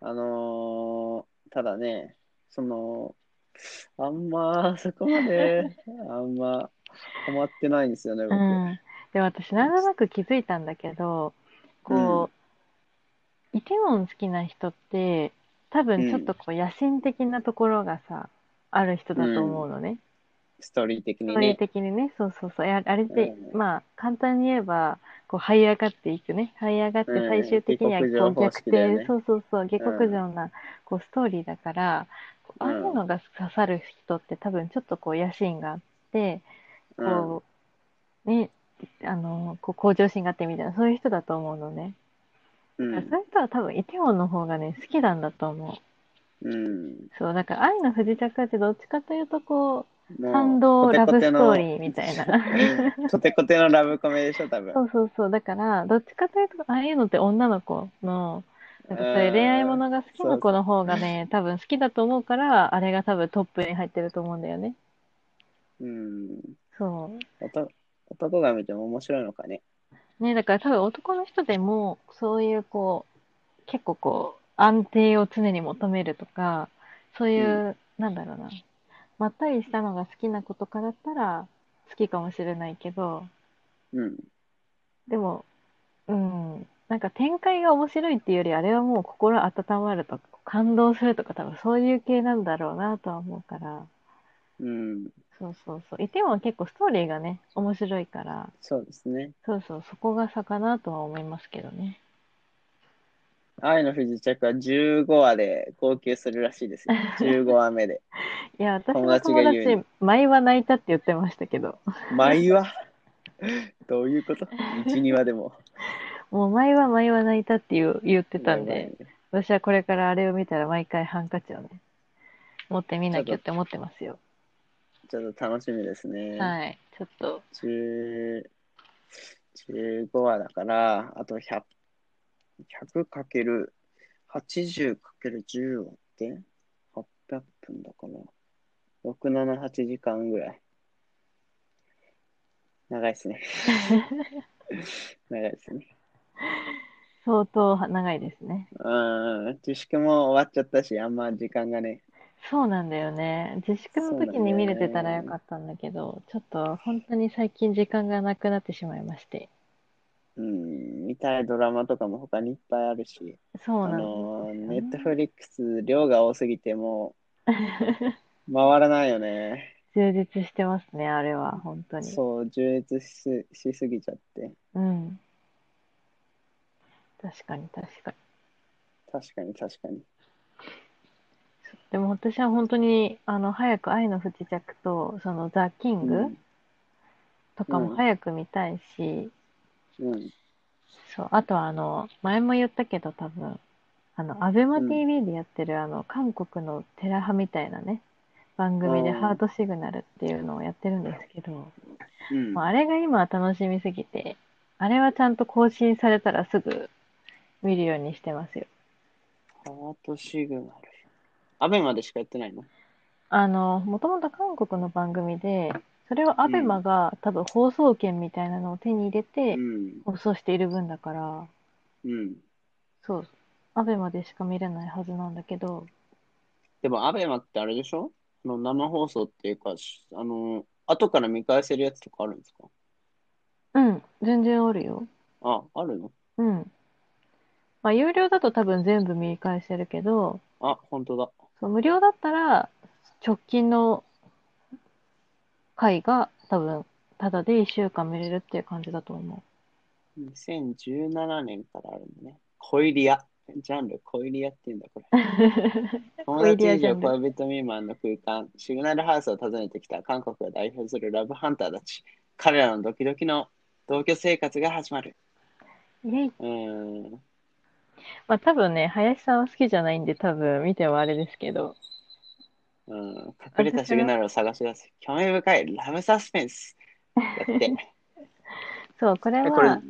あのーただね、その、あんま、そこま
[LAUGHS]
で、あんま、ハマってないんですよね、
う。う
僕。
ん。で、私、なんとなく気づいたんだけど、こう、イテウォン好きな人って、多分ちょっとこう、野心的なところがさ、ある人だと思うのね。
ストーリー的
ス
に
トーリー
ね。
的にね、そうそうそう。ああれって、
うん
まあ、簡単に言えば、こう、這い上がっていくね。這い上がって
うん
最終的には
下克
こ
上
う
方
逆
式だよ
転、
ね
そうそうそう、下克上な、こう、ストーリーだから、こう
う
あ
ん
あいうのが刺さる人って多分ちょっとこう、野心があって、こう、ね、あの、こう、向上心があってみたいな、そういう人だと思うのね。
うん、う
そういう人は多分、イテウォンの方がね、好きなんだと思う。
ん。うん。
そう、だから、愛の不時着ってどっちかというと、こう、
もう
感動ラブストーリーみ
コ
たい
テコテの
な。
うんコテコテのラブコメでしょ、多分。
そうそうそう。だから、どっちかというと、ああいうのって女の子の、なんかそういう恋愛ものが好きな子の方がね、多分好きだと思うから、あれが多分トップに入ってると思うんだよね。
うん。
そ
男男が見ても面白いのかね。
う。ね、だから多分男の人でも、そういうこう、結構こう、安定を常に求めるとか、そういう、なんだろうな、まったりしたのが好きな子とかだったら、好きかもしれないけど、
うん。
でも、うん、なんか展開が面白いっていうより、あれはもう心温まるとか、感動するとか、多分そういう系なんだろうなとは思うから、
うん。
そうそうそう。イテウォンは結構ストーリーがね、面白いから、
そうですね。
そうそう、そこが差かなとは思いますけどね。
愛の不時着は15話で号泣するらしいですよ。15話目で。
いや、私の
友達が言う
友達、前は泣いたって言ってましたけど、
毎話どういうこと ?1、2話でも。
もう前は前は泣いたって言う言ってたん
毎
で、
話
私はこれからあれを見たら毎回ハンカチをね、持ってみなきゃって思ってますよ。
ちょっと楽しみですね。
はい。ちょっと、
10 15話だから、あと100、100かける80かける10割って800分だから、6、7、8時間ぐらい。長いです
[LAUGHS]
ね。長いですね。
相当長いですね。
うん、自粛も終わっちゃったし、あんま時間がね。
そうなんだよね。自粛の時に見れてたらよかったんだけど、ちょっと本当に最近時間がなくなってしまいまして。
うん、見たいドラマとかも他にいっぱいあるし、
そ
あ
うなんです
の
よ
ー、ネ
ね
ットフリックス量が多すぎても
[LAUGHS]
う回らないよね。
充実してますね、あれは、本当に。
そう、充実しすしすぎちゃって。
うん。確かに、確かに。
確かに確かに。
でも私は本当に、あの、早く愛の不時着と、その、ザ・キン
う
グ
ん
とか
う
も
ん
早く見たいし、
うん、
そう、あとはあの、前も言ったけど多分、あの、アベマ
うん
TV でやってるあの、韓国のテラハみたいなね、番組で
うん
ハートシグナルっていうのをやってるんですけど、
うん
もうあれが今は楽しみすぎて、あれはちゃんと更新されたらすぐ見るようにしてますよ。
ハートシグナル。アベまでしかやってないの
あの、もともと韓国の番組で、それをアベマが多分放送権みたいなのを手に入れて
うん、
放送している分だから、
うん。
そう、アベマでしか見れないはずなんだけど、
でも、アベマってあれでしょあの生放送っていうか、しあの、後から見返せるやつとかあるんですか
うん、全然あるよ。
あ、あるの
うん。まあ、有料だと多分全部見返せるけど、
あ、本当だ。
そう、無料だったら、直近の回が多分、ただで1週間見れるっていう感じだと思
2017年からあるのね。恋リア。ジャンル、恋リアって言うんだ、これ。
う。 [LAUGHS]
友
恋
達
リア
以
ジャ
上
ンル
恋人未満の空間、シグナルハウスを訪ねてきた韓国を代表するラブハンターたち。彼らのドキドキの同居生活が始まる。
イェイ。
うーん。
まあ、多分ね、林さんは好きじゃないんで、多分見てもあれですけど。
うん、隠れた
[LAUGHS]
シグナルを探し出す。興味深いラブサスペンス。だって。
そう、これ
えこれ
は、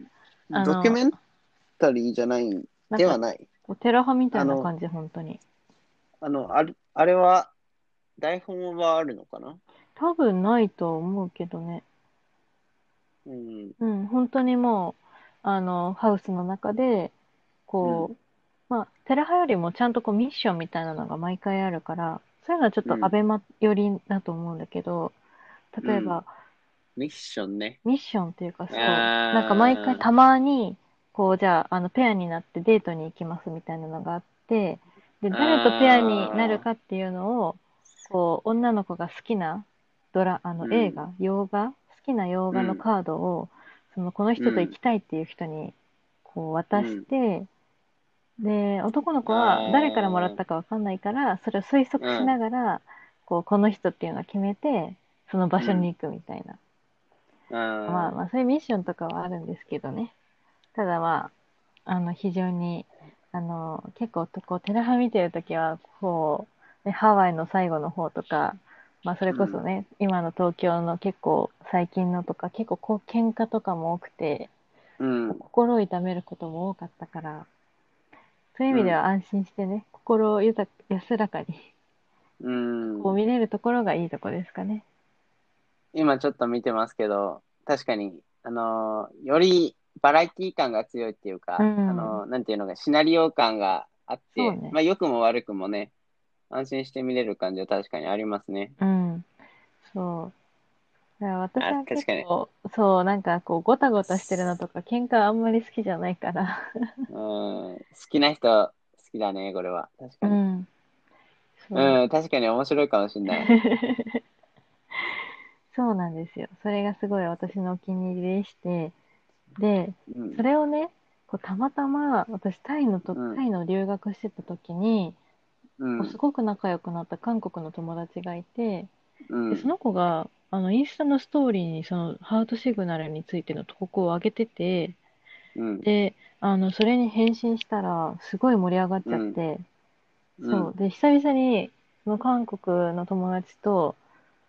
あの
ドキュメンタリーじゃないん
なん
では
か、
ない。
こうテラハみたい
あ
な
の
感じ、本当に。
あの、あれあれは、台本はあるのかな
多分ないと思うけどね。
うん。
うん、本当にもう、あの、ハウスの中で、こう、まあ、テラハよりもちゃんとこうミッションみたいなのが毎回あるから、そういうのはちょっ
う
と
ん
アベマ寄りだと思うんだけど、例えば、
ミッションね。
ミッションっていうか、そう、
あー
なんか毎回たまに、こう、じゃあ、あの、ペアになってデートに行きますみたいなのがあって、で、誰とペアになるかっていうのを、こう、女の子が好きなドラ、あ
う
の、
ん
映画、洋画、好きな洋画のカードを、その、この人と行きたいっていう人に、こう、渡して、で、男の子
あ
は
ー
誰からもらったかわかんないから、それを推測しながら、こう、この人っていうのを決めて、その場所に行くみたいな。まあ
あ
まあ、そういうミッションとかはあるんですけどね。ただまあ、あの、非常に、あの、結構、こう、テラハ見てるときは、こう、ね、ハワイの最後の方とか、まあ、それこそね、今の東京の結構最近のとか、結構こう、喧嘩とかも多くて、
ーうん。
心を痛めることも多かったから、そういう意味では安心してね、心を豊か安らかに、
うん。
こう見れるところがいいとこですかね。
今ちょっと見てますけど、確かに、あのーよりバラエティ感が強いっていうか、
うん
あのーなんていうのか、シナリオ感があって、
そうね
まあ、良くも悪くもね、安心して見れる感じは確かにありますね。
うん、そう。だから私は
あ確かに
結構、そう、なんかこう、ごたごたしてるのとか、喧嘩あんまり好きじゃないから。
うん、好きな人、好きだね、これは。確
う
かに。
ん。そう。
うん、確かに面白いかもしれない。
[LAUGHS] そうなんですよ。それがすごい私のお気に入りでして、で、
うん
それをね、こうたまたま私タイのと、
うん
タイの留学してた時に、
うん
こうすごく仲良くなった韓国の友達がいて、
うん
でその子があのインスタのストーリーにそのハートシグナルについての投稿を上げてて、
うん
で、あの、それに返信したら、すごい盛り上がっちゃって、
うん
そう。で、久々に、その韓国の友達と、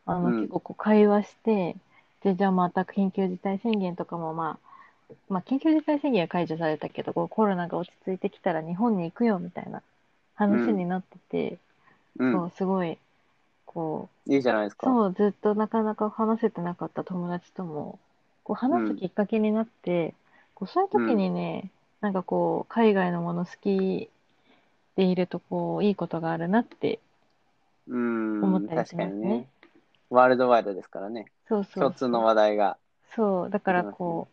あの、
うん
結構こう会話して、で、じゃあまた緊急事態宣言とかも、まあ、まあ、緊急事態宣言は解除されたけど、こうコロナが落ち着いてきたら日本に行くよ、みたいな話になってて、
うん
そう、すごい、こう、
いいじゃないですか。
そう、ずっとなかなか話せてなかった友達とも、こう話すきっかけになって、こうそういう時にね、なんかこう、海外のもの好きでいると、こう、いいことがあるなって、
うん、
思ったりし
確か
ます
に
ね
ね。ワールドワイドですからね。
そうそう
共通の話題が。
そう、だから
ありますね
こ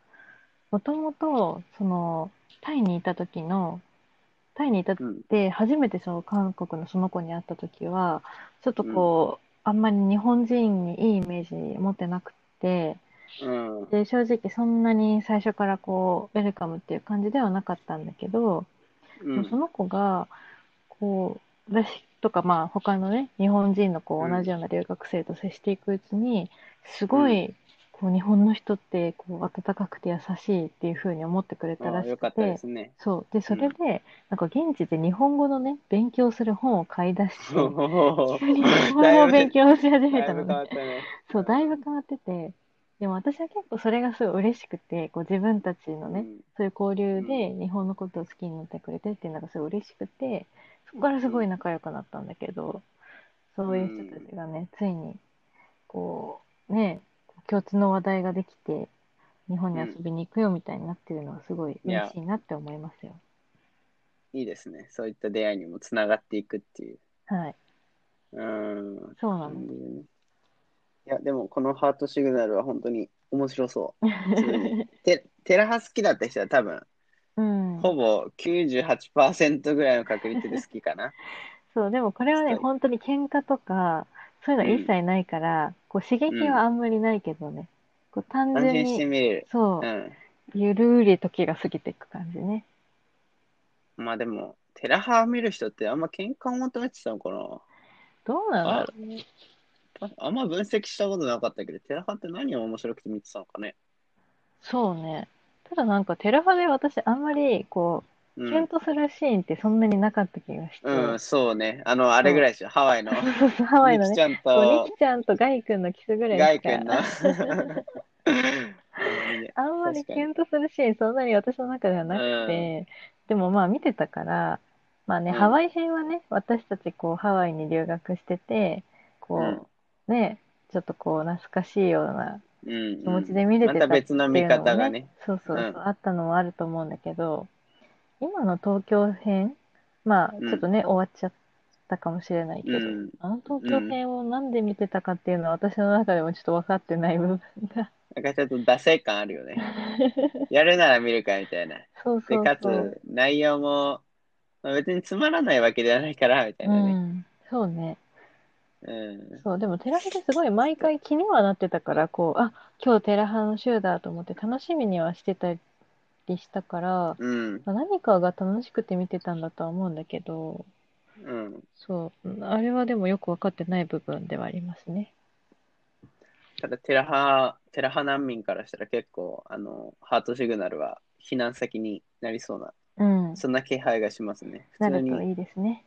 う、もともと、その、タイにいた時の、タイにいたっ
うん。
て、初めてその韓国のその子に会った時は、ちょっとこう、あんまり日本人にいいイメージ持ってなくって、
うん。
で、正直そんなに最初からこう、ウェルカムっていう感じではなかったんだけど、
うん
その子が、こう、私とか、まあ他のね、日本人のこ
う
うん同じような留学生と接していくうちに、すごい、こう日本の人って、こう、温かくて優しいっていう風に思ってくれた
あ
ら
あよ
し
か
く
ったで
て、
すね。
そう。で、それで、なんか現地で日本語のね、勉強する本を買い出して、
だいぶ
急に [LAUGHS] 日
[LAUGHS]
本語を勉強し始め
だ
た
いぶ変
のね
わ。ったね。
そう、だいぶ変わってて、でも私は結構それがすごい嬉しくて、こう自分たちのね、そういう交流で日本のことを好きになってくれてっていうのがすごい嬉しくて、そこからすごい仲良くなったんだけど、そういう人たちがね、ついに、こう、ね、共通の話題ができて、日本に遊びに行くよみたいになってるのはすごい嬉しいなって思いますよ。
うん。いいですね。そういった出会いにもつながっていくっていう。
はい。
うん。
そうな
感
の。
じでねいや、でもこのハートシグナルは本当に面白そう。普通にて [LAUGHS] テラハ好きだった人は多分、
うん。
ほぼ98%ぐらいの確率で好きか [LAUGHS] な。
そう、でもこれは
は
ね、
い
本当に喧嘩とか、そういうのは一切ないから、こう刺激はあんまりないけどね、こう単
安心
純
して
に、
見れる。
そうう、
ん。
ゆるり時が過ぎていく感じね。
まあでも、テラハ見る人ってあんま喧嘩を求めてたのかな。
どうなんだろうね。
ああんま分析したことなかったけど、テラハって何を面白くて見てたのかね。
そうね。ただなんか、テラハで私あんまり、こう、
う
キュン
ん、
とするシーンってそんなになかった気がして、
うん、そうね。あの、あれぐらいでしょ、ハワイの。
そうそう、 [LAUGHS] ハワイの
ミキ
ね、
ちゃん
こう、ニ
と
キちゃんとガイ君のキスぐら
ガ
い
イ
しか [LAUGHS]
君の。ね
あんまり
確か
キ
に
ュンとするシーン、そんなに私の中ではなくて、でもまあ見てたから、まあね、
うん
ハワイ編はね、私たちこうハワイに留学してて、こ
うん
う、ね、ちょっとこう懐かしいような
うん
気持ちで見れて
また
たっていう
別の見方
の
が
も
ね
ね、そうそうそう
うん
あったのもあると思うんだけど、今の東京編、まあ
うん
ちょっとね、終わっちゃったかもしれないけ
う
ど、
ん、
あの東京編をなんで見てたかっていうのは私の中でもちょっと分かってない部分が、
なんかちょっと惰性感あるよ
[LAUGHS]
ねやるなら見るかみたいな
そう
で
そう
か
そう。
つ内容も、まあ、別につまらないわけではないからみたいうなね、
ん、そうね。
うん
そう、でもテラフですごい毎回気にはなってたから、こう、あ、今日テラハの週だと思って楽しみにはしてたりしたから、
うん
まあ何かが楽しくて見てたんだとは思うんだけど、
うん、
そう、うんあれはでもよく分かってない部分ではありますね。
ただテラハテラハ難民からしたら結構あのハートシグナルは避難先になりそうな
うん、
そんな気配がしますね
な
普通
ると
に
いいですね。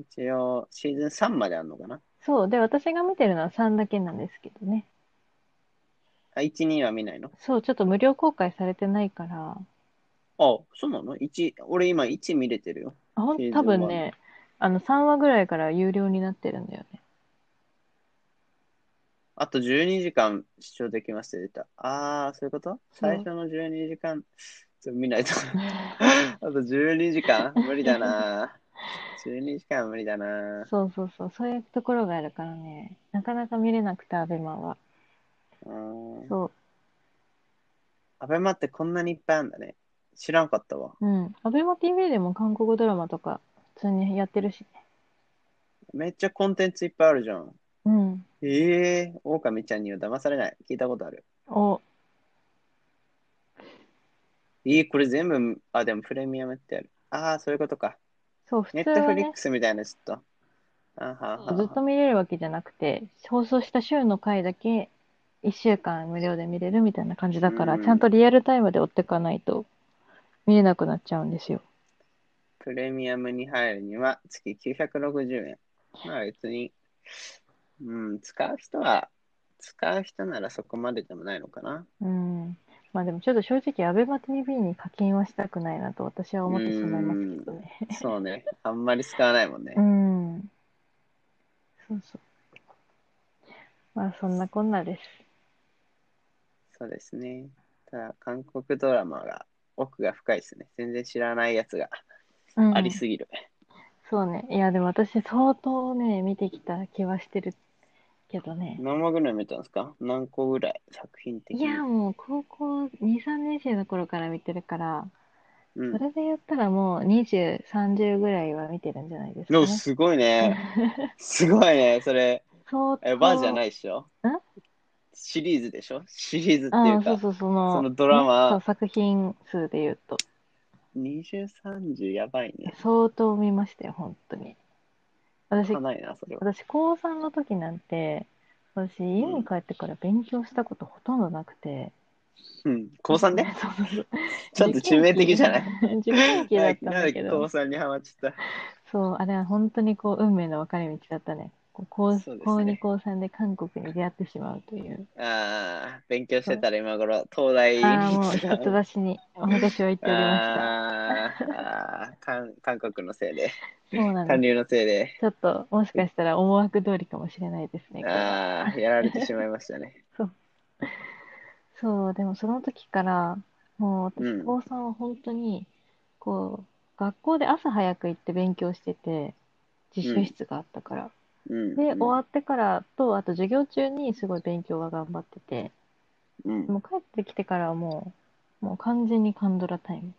一応シーズン3まであるのかな
そう、で、私が見てるのは3だけなんですけどね。
あ12は見ないの
そう、ちょっと無料公開されてないから、
あそうなの1俺今1見れてるよ
あほ
シーズ
ん、
ン
多分ね、あの3話ぐらいから有料になってるんだよね。
あと12時間視聴できますって出た。ああ、そういうこと
そう
最初の12時間、ちょっと見ないと。 [LAUGHS] あと12時間無理だな。12時間無理だな。
そうそうそう、そういうところがあるからね、なかなか見れなくて、アベマは。
うん。
そ
アベマってこんなにいっぱいあるんだね。知らんかったわ。
う。うん。アベマ TV でも韓国ドラマとか、普通にやってるしね。
めっちゃコンテンツいっぱいあるじゃん。
うん。
ええー、狼ちゃんには騙されない。聞いたことある。
お、
ええこれ全部、あ、でもプレミアムってある。ああ、そういうことか。
そう、普
ネッ
通
トフ
は
リッ
ね、
クスみたいな、ちょっと。あはあはあはあ
ずっと見れるわけじゃなくて、放送した週の回だけ、1週間無料で見れるみたいな感じだから、
うん
ちゃんとリアルタイムで追ってかないと、見れなくなっちゃうんですよ。
プレミアムに入るには月960円。まあ別に、うん、使う人は、使う人ならそこまででもないのかな。
うん。まあでもちょっと正直、アベマ TV に課金はしたくないなと私は思ってしまいますけどね。
そうね。あんまり使わないもんね
う。ん。そうそう。まあそんなこんなです。
そうですね。ただ、韓国ドラマが奥が深いですね。全然知らないやつが
うん
ありすぎる。
そうね。いやでも私相当ね、見てきた気はしてるけどね。
何話ぐらい見たんですか何個ぐらい作品的
い
に。
やもう高校2、3年生の頃から見てるから、
うん
それでやったらもう20、30ぐらいは見てるんじゃないです
で
か
も
ね。
すごい
[LAUGHS]
ね。すごいね。それ、
相当。。
え、バーじゃないいでしょ
ん
シリーズでしょシリーズってい
あ
う
あ、そう
か。
そう、そ
そ
の、
のドラマ
ねそう、作品数で言うと、
2030やばいね。
相当見ましたよ、本当に。私
か、ないな、それは。
私、高3の時なんて、私、家に帰ってから勉強したことほとんどなくて。
うん、高3ね。
[LAUGHS] そうそうそう。
[LAUGHS] ちょっと致命的じゃない
い受験期だったんだけ
高
ど、
3にハマっちゃった。
そう、あれは本当にこう、運命の分かれ道だったね。こう高
そうですね
高2、高3で韓国に出会ってしまうという。
ああ、勉強してたら今頃、東大に
ああ、もう一橋に私は行っておりま
あーあー、韓韓国のせいで、
した。そうなん
韓
です。
流のせいで、
ちょっと、もしかしたら思惑通りかもしれないですね。これは
ああ、やられてしまいましたね。
そう、でもその時から、もう
う
私、
ん
高3は本当に、こう、学校で朝早く行って勉強してて、自習室があったから。
うん、
で、終わ
っ
ってからと、あと授業中にすごい勉強が頑張ってて、
うん、
もう帰ってきてからはもう、もう完全にカンドラタイム。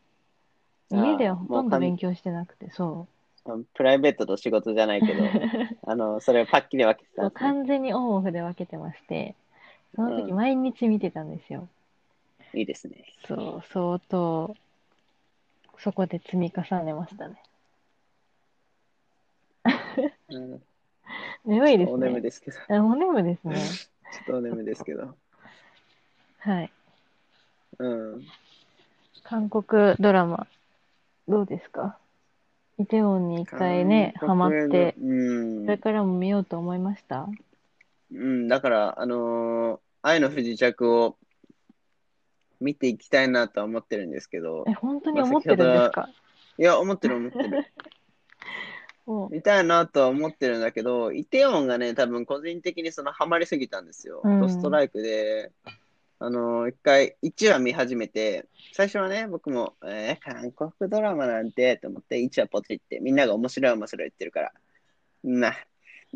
あー
家ではほとん
もう
ど
完
勉強してなくて、そう。
プライベートと仕事じゃない
[LAUGHS]
けど、あの、それをパッキリ分けてたん
そう
ですね、
完全にオンオフで分けてまして、その時
うん
毎日見てたんですよ。
いいですね。
そう、相当、そこで積み重ねましたね。
うん、
眠いです
お眠
ね。
ですけど、ち
あお眠です
[LAUGHS] ょ
ね。
っとお眠ですけど。
はい。
うん
韓国ドラマ、どうですかイテウォンに一回ね、ハマって、
うん
それ、からも見ようと思いました
うん、だから、あのー愛の不時着を見ていきたいなとは思ってるんですけど
え、、本当に思ってるんですか
いや、思ってる思ってる。
おう
見たいなとは思ってるんだけど、イテウォンがね、多分個人的にそのハマりすぎたんですよ。
うん
ドストライクで、あの、一回、1話見始めて、最初はね、僕も、えー韓国ドラマなんて、と思って、1話ポチって、みんなが面白い面白い言ってるから、んな、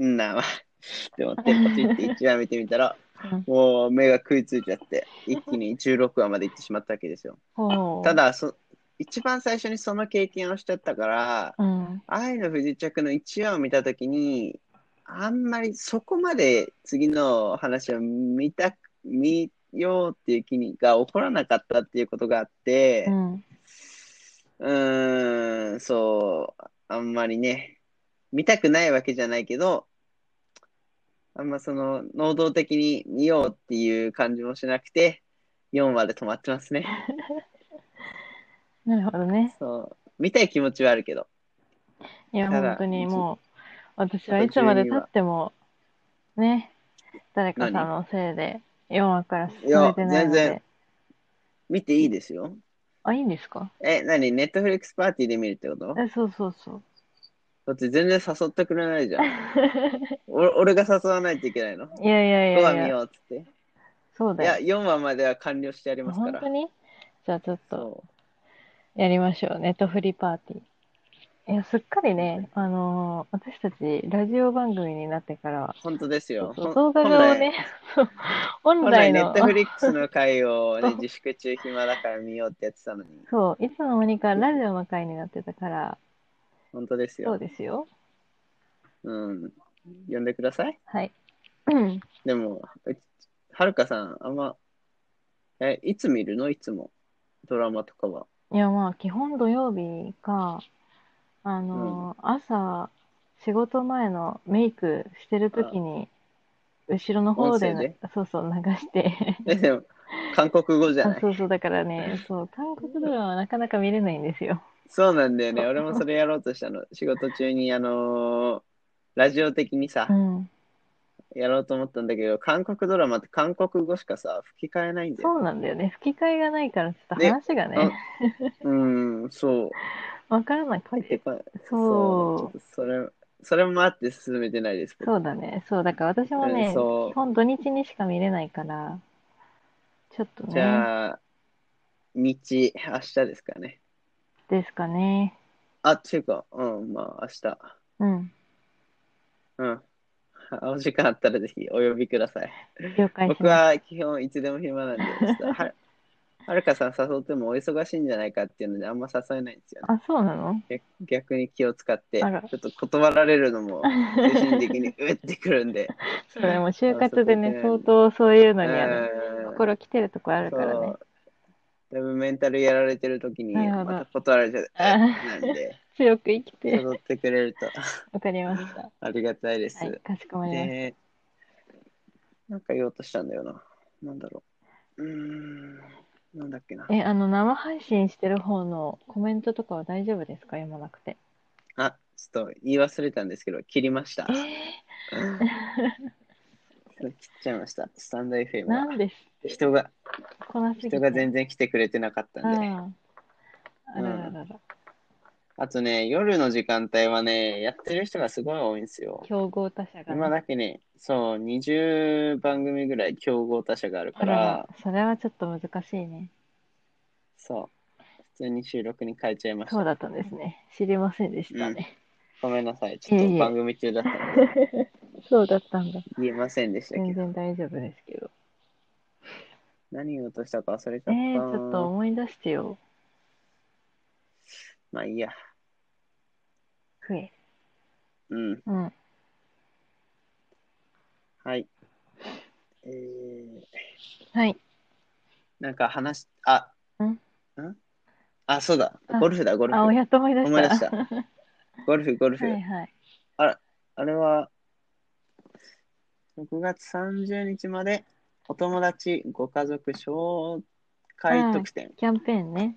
んなわ、って思って、ポチって1話見てみたら、
うん
もう目が食いついちゃって、一気に16話まで行ってしまったわけですよ。
おう
た、だ、そ一番最初にその経験をしちゃったから、
うん、
愛の不時着の1話を見たときに、あんまりそこまで次の話を見た、見ようっていう気にが起こらなかったっていうことがあって
う、ん、
うーん、そう、あんまりね、見たくないわけじゃないけど、あんまその、能動的に見ようっていう感じもしなくて、4話で止まってますね。
なるほどね。
そう、見たい気持ちはあるけど。
いや、
ただ
本当にもう、私はいつまで経っても、ね、誰かさんのせいで、4話から進めてないの
いや全然
で、
見ていいですよ。
あ、いいんですか
え、何ネットフリックスパーティーで見るってこと
え、そうそうそう。
だって全然誘ってくれない
[LAUGHS]
じゃん。俺俺が誘わないといけないの。
いやいやい
5話
や
見
いや、
ようっつって。
そうだ
い
よ
や、。4話までは完了してありますか
本
ら
当。にじゃあちょっと
そ
やりましょう。ネットフリーパーティー。いや、すっかりね、あのー私たちラジオ番組になってから
う、本当です
そう
よ。
そう
ほ
動
ん
画をね、 [LAUGHS] そう本
本来、
来
ネッ
の
ト、フリックスの回を、
そ
ね
う、
自粛中暇だから見ようってやってたのに、
そう、いつの間にかラジオの回になってたから、
本当です
そう
よ。
ですよ。
うん。呼んでください。
はい。 [CLEARS THROAT] うん
でも、うちはるかさん、あんま、え、いつ見るのいつも。ドラマとかは。
いや、まあ、基本土曜日か、あのー朝、仕事前のメイクしてる時に、後ろの方で
音声で
そうそう、流して、
え、でも、韓国語じゃ
あ
ない
そ。うそう、だからね、そう、韓国ドラマはなかなか見れないんですよ。
そうなんだよね。
そう
俺もそれやろうとしたの。仕事中に、あのーラジオ的にさ
う、ん。
やろうと思ったんだけど、韓国ドラマって韓国語しかさ、吹き替えないんだよ。
そうなんだよね。吹き替えがないから、ちょっと
ね
話がね、
うん、そう。
わからな
入
く
って
て。
こない。
そう
ちょっとそれ、それもあって進めてないです。僕
そうだね。そう、だから私も
う
ね、
んそう
基本土日にしか見れないから、ちょっと
じ
ね、
ゃあ、日、明日ですかね。
ですかね。
あ、っていうか、うん、まあ、明日。
うん。
うん。お時間あったらぜひお呼びください。
了解し
僕
ま
は基本いつでも暇なんで、ちょっとは
[LAUGHS]
るはるかさん誘ってもお忙しいんじゃないかっていうので、あんま誘えないんですよね
[LAUGHS] す。あ、そうなの
逆逆に気を使って、ち
あら
ょっと断られるのも精神的にうってくるん
[LAUGHS]
で。
そうね、もう就活でね、
あそ
相
う
当そういうのにあの、
う
心来てるとこあ
ん
る
そ
からね
う。だいぶメンタルやられてる時に
なるほど
また断られちゃう
あ
なん
[LAUGHS]
で
強く生きて。
誘ってくれると
わかりました。
ありがたいです、
はい、かしこまりまし
でなんか言おうとしたんだよななんだろううーんなんだっけな
た。え、あの、生配信してる方のコメントとかは大丈夫ですか読まなくて。
あちょっと言い忘れたんですけど切りました
え
[LAUGHS] 切っちゃいましたスタンド FM
ー、
は
なんですって
人が
こなすぎて
人が全然来てくれてなかったんで、
あああらららら、
あとね、夜の時間帯はね、やってる人がすごい多いんですよ。
競合他社がね、
今だけね、そう、20番組ぐらい競合他社があるか
あら
ら
ら、それはちょっと難しいね。
そう、普通に収録に変えちゃいまし
そう
た。
だったんですね。知りませんでしたね。
ごめんなさい、ちょっ
いえい
と
え
番組中だったので
そうだったんだ。
言えませんでしたけ
全
ど、
然大丈夫ですけど。
何を落としたか忘れちゃった。
えー、ちょっと思い出してよ。
まあいいや、
増え。
うん、
うん。
はい。えー、
はい。
なんか話し、あ、
ん
んあ、そうだ、ゴルフだ、ゴル
あ、
フ。
やっと思い出した。
思い出
[LAUGHS]
したゴルフ、ゴルフ。
はいはい。
あれは、6月30日まで、お友達、ご家族紹介特典。
キャンペーンね。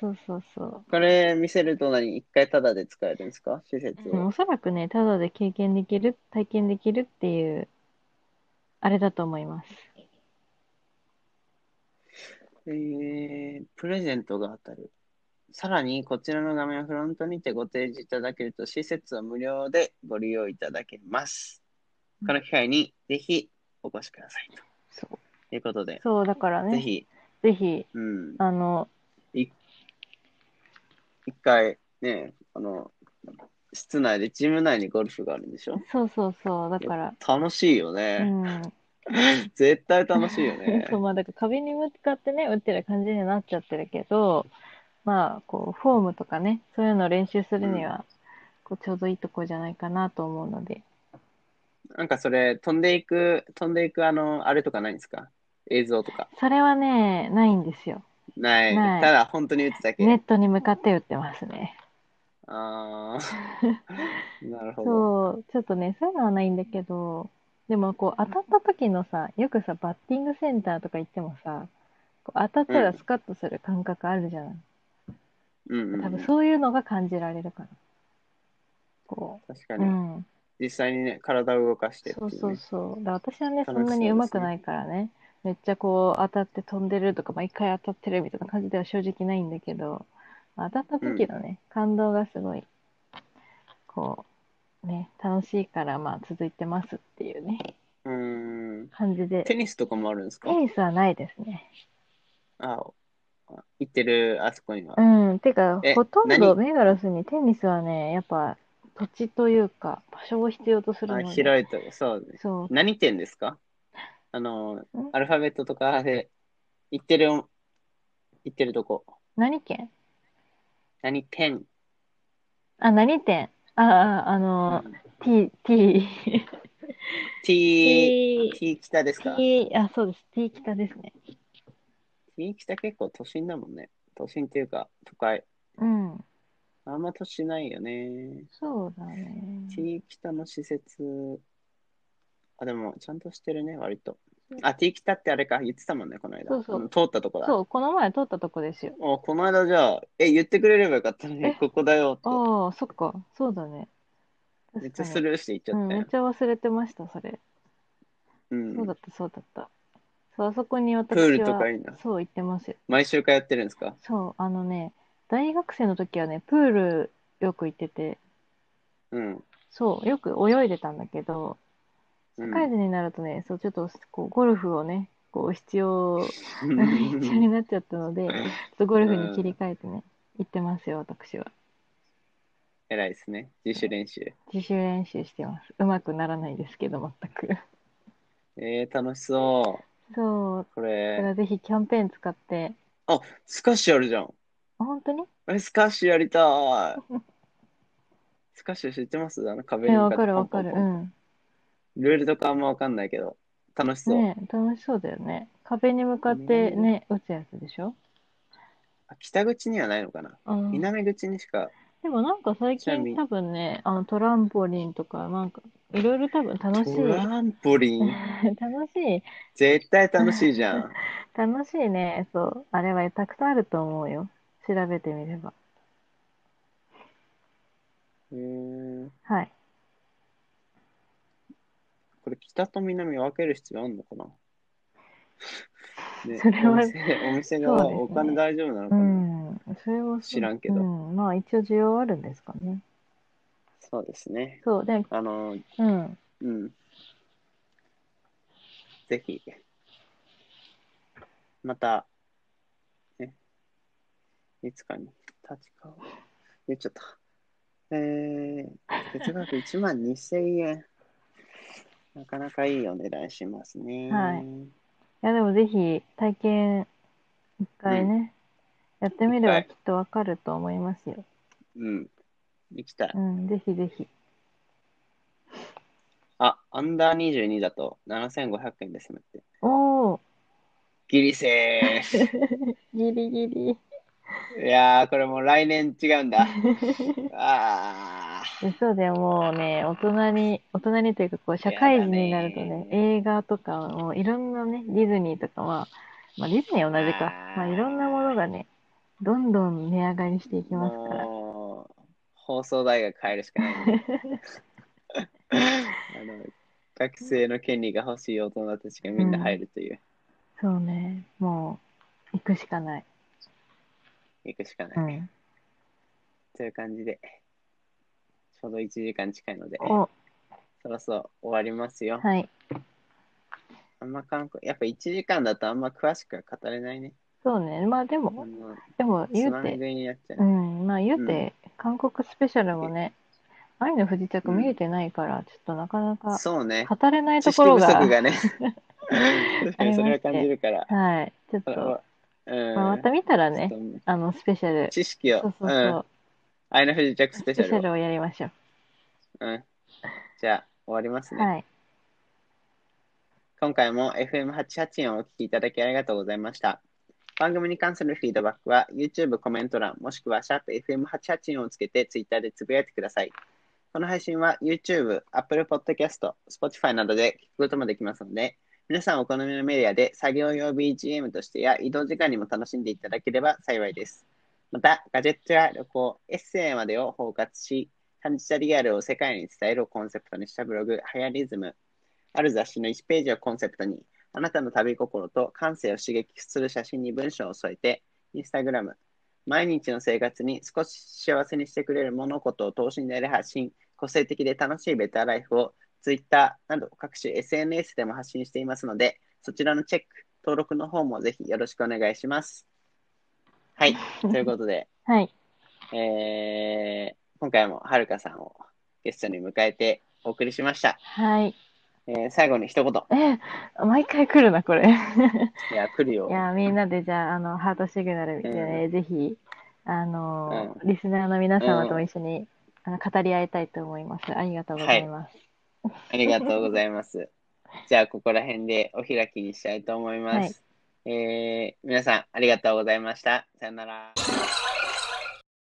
そうそうそう。
これ見せると何一回タダで使えるんですか施設
うんお
を。
そらくね、ただで経験できる、体験できるっていう、あれだと思います。
えー、プレゼントが当たる。さらに、こちらの画面フロントにてご提示いただけると、施設は無料でご利用いただけます。この機会に、ぜひお越しくださいと。
そう
ということで、
そうだから
ぜ
ね
ひ、
ぜひ
うん、
あの
一回、ね、あの、室内で、ジム内にゴルフがあるんでしょ
そうそうそうだから
楽しいよ
う
ね。
ん
絶対楽しいよね
[LAUGHS] そ。うまあだから壁に向かってね打ってる感じになっちゃってるけどまあこうフォームとかねそういうのを練習するには、こうちょうどいいとこじゃないかなと思うので
なんかそれ、飛んでいく、飛んでいく、あの、あれとかないんですか映像とか。
それはねないんですよ
ない。
ない
ただ、本当に打つだけ。
ネットに向かって打ってますね
あ
[LAUGHS]
あ、なるほど。
そうちょっとねそういうのはないんだけどでもこう当たった時のさよくさバッティングセンターとか行ってもさこう当たったらスカッとする感覚あるじゃない、
うんうん、
多
うん
分。そういうのが感じられるからこ
確か
う、
に、
うん、
実際にね、体を動かしてってい
そうう
ね
そうそう。だから私はね、そ
楽しそうんで
なに
すね
上手くないからね、めっちゃこう当たって飛んでるとか、毎回当たってるみたいな感じでは正直ないんだけど、当たった時のね、感動がすごい、こう、ね、楽しいから、まあ続いてますっていうね、
うーん。
感じで。
テニスとかもあるんですか
テニスはないですね。
あ、行ってる、あそこには
う。ん、てか
え、
ほとんど
何
メガロスにテニスはね、やっぱ土地というか、場所を必要とする
あ、
ので、
広いとこ、そうね。
そう、
何店ですかあの
ん、
アルファベットとかで、行ってる、行ってるとこ。
何県
何店
あ、何店ああ、あの、T、
?T、
T、T、
T 北ですか
T、あ、そうです。T 北ですね。
?T 北結構都心だもんね。都心っていうか、都会。
うん。
あんま都市ないよね。
そうだね。
T 北の施設、あ、でも、ちゃんとしてるね、割と。あ、T 北ってあれか、言ってたもんね、この間。
そうそう
あの通ったとこだ。
そう、この前通ったとこですよ。
お、この間じゃあ、え、言ってくれればよかったの
え
に、ここだよって。
ああ、そっか。そうだね。
めっ
確
ちゃ
か
ス
に。
ルーしていっち
う
ゃっ
ん、
た
めっ
よ。
ちゃ忘れてました、それ。
うん。
そうだった、そうだった。そう、あそこに私
プールと
は
かいいな、
そう、行ってますよ。
毎週通ってるんですか
そう、あのね、大学生の時はね、プールよく行ってて、
うん。
そう、よく泳いでたんだけど、
う
社
ん
会人になるとね、そうちょっとこうゴルフをね、こう必要
う [LAUGHS]
必要
ん
になっちゃったので、ちょっとゴルフに切り替えてね、行ってますよ、私は。
偉いですね。自主練習。
自主練習してます。うまくならないですけど、全く。
えー、楽しそ
そう、
う。こ
だか
れ。
らぜひキャンペーン使って、
あ、スカッシュあるじゃん。
あ本当に
え、スカッシュやりたい。スカッシュ知ってますあの壁
え、
に
わ
向
かる
かっ
わ
てポ
か
ンポン
る。う
ポン
ん。
ルールとかあんまわかんないけど、楽しそう。
ねえ楽しそうだよね。壁に向かってね、打つやつでしょ
あ北口にはないのかな
うん。
南口にしか。
でもなんか最
ちなみ
近
に
多分ね、あのトランポリンとか、なんかいろいろ多分楽しい、
トランポリン。
[LAUGHS] 楽しい
絶対楽しいじゃん。
楽しいね。そう。あれはたくさんあると思うよ。調べてみれば。
えー、
はい。
これ北と南分ける必要あるの
[LAUGHS]
かな、ね
それは
お店お店側
そうですね
お金大丈夫なの
う
かな、
ん。それはそう
知らんけど
うん。まあ一応需要あるんですかね。
そうですね。
そう。で、
あの、
うん。
うん。ぜひ、また、ね、いつかに、立ち顔。言っちゃった。えー、月額1万2000円。なかなかいいお値段しますね。
はいいやでもぜひ体験一回ね、やってみれば
一
きっとわかると思いますよ。
うん。行きたい。
うん。ぜひぜひ。
あ、アンダー22だと7500円ですねって。
おー。
ギリセーフ。
ギリギリ。
いやー、これもう来年違うん
[LAUGHS]
だ。あ
そうでもうね、大人に、大人にというか、こう、社会人になると
やだ
ね
ね、
映画とか、もういろんなね、ディズニーとかは、まあディズニーは同じか、まあいろんなものがね、どんどん値上がりしていき
ー、
ますから。
もう、放送大学変えるしかない [LAUGHS] ね、あの学生の権利が欲しい大人たちがみんな入るという。
そうね、もう、行くしかない。
行くしかない。
うん。
という感じで、ちょうど1時間近いので、
お、
そろそろ終わりますよ。
はい。
あんま韓国、やっぱ1時間だとあんま詳しくは語れないね。
そうね。まあで
あ
も、
の
でも
つ
言
ま
う
み
て、
食いになっちゃう
う。ん。まあ言う
う
て、韓国スペシャルもね、愛の不時着見れてないから、ちょっとなかなか
そうね。
語れない
知
と
識
ころ
不
が、
足がね。
[LAUGHS]
確か [LAUGHS] にそれは感じるから。
はい。ちょっと、
うん
まあ、また見たらね
ち、ょっと
あの、スペシャル、
知識を。
そうそう
う
そ
ん
う、
アイナ・フジ・ジャックスペシ
スペ
ャ
シャ
ルを。
ルをやりましょう。
うん。じゃあ、終わりますね。
はい。
今回も FM88 をお聞きいただきありがとうございました。番組に関するフィードバックは YouTube コメント欄もしくはシャープ f m 8 8をつけて Twitter でつぶやいてください。この配信は YouTube、Apple Podcast、Spotify などで聞くこともできますので、皆さんお好みのメディアで作業用 BGM としてや移動時間にも楽しんでいただければ幸いです。また、ガジェットや旅行、エッセイまでを包括し、感じたリアルを世界に伝えるをコンセプトにしたブログ、ハヤリズム、ある雑誌の1ページをコンセプトに、あなたの旅心と感性を刺激する写真に文章を添えて、インスタグラム、毎日の生活に少し幸せにしてくれる物事を等身大で発信、個性的で楽しいベターライフを Twitter など各種 SNS でも発信していますので、そちらのチェック、登録の方もぜひよろしくお願いします。はい、ということで、
はい。
えー今回もはるかさんをゲストに迎えてお送りしました。
はい。
えー最後に一言。
え、毎回来るな、これ。
いや、来るよ。
いや、みんなで、じゃあ、あの、ハートシグナル見てね、ぜひ、あの、リスナーの皆様と一緒に、あの、語り合いたいと思います。ありがとうございます。
ありがとうございます。 [LAUGHS] じゃあ、ここら辺でお開きにしたいと思います。えー皆さん、ありがとうございました。さよなら。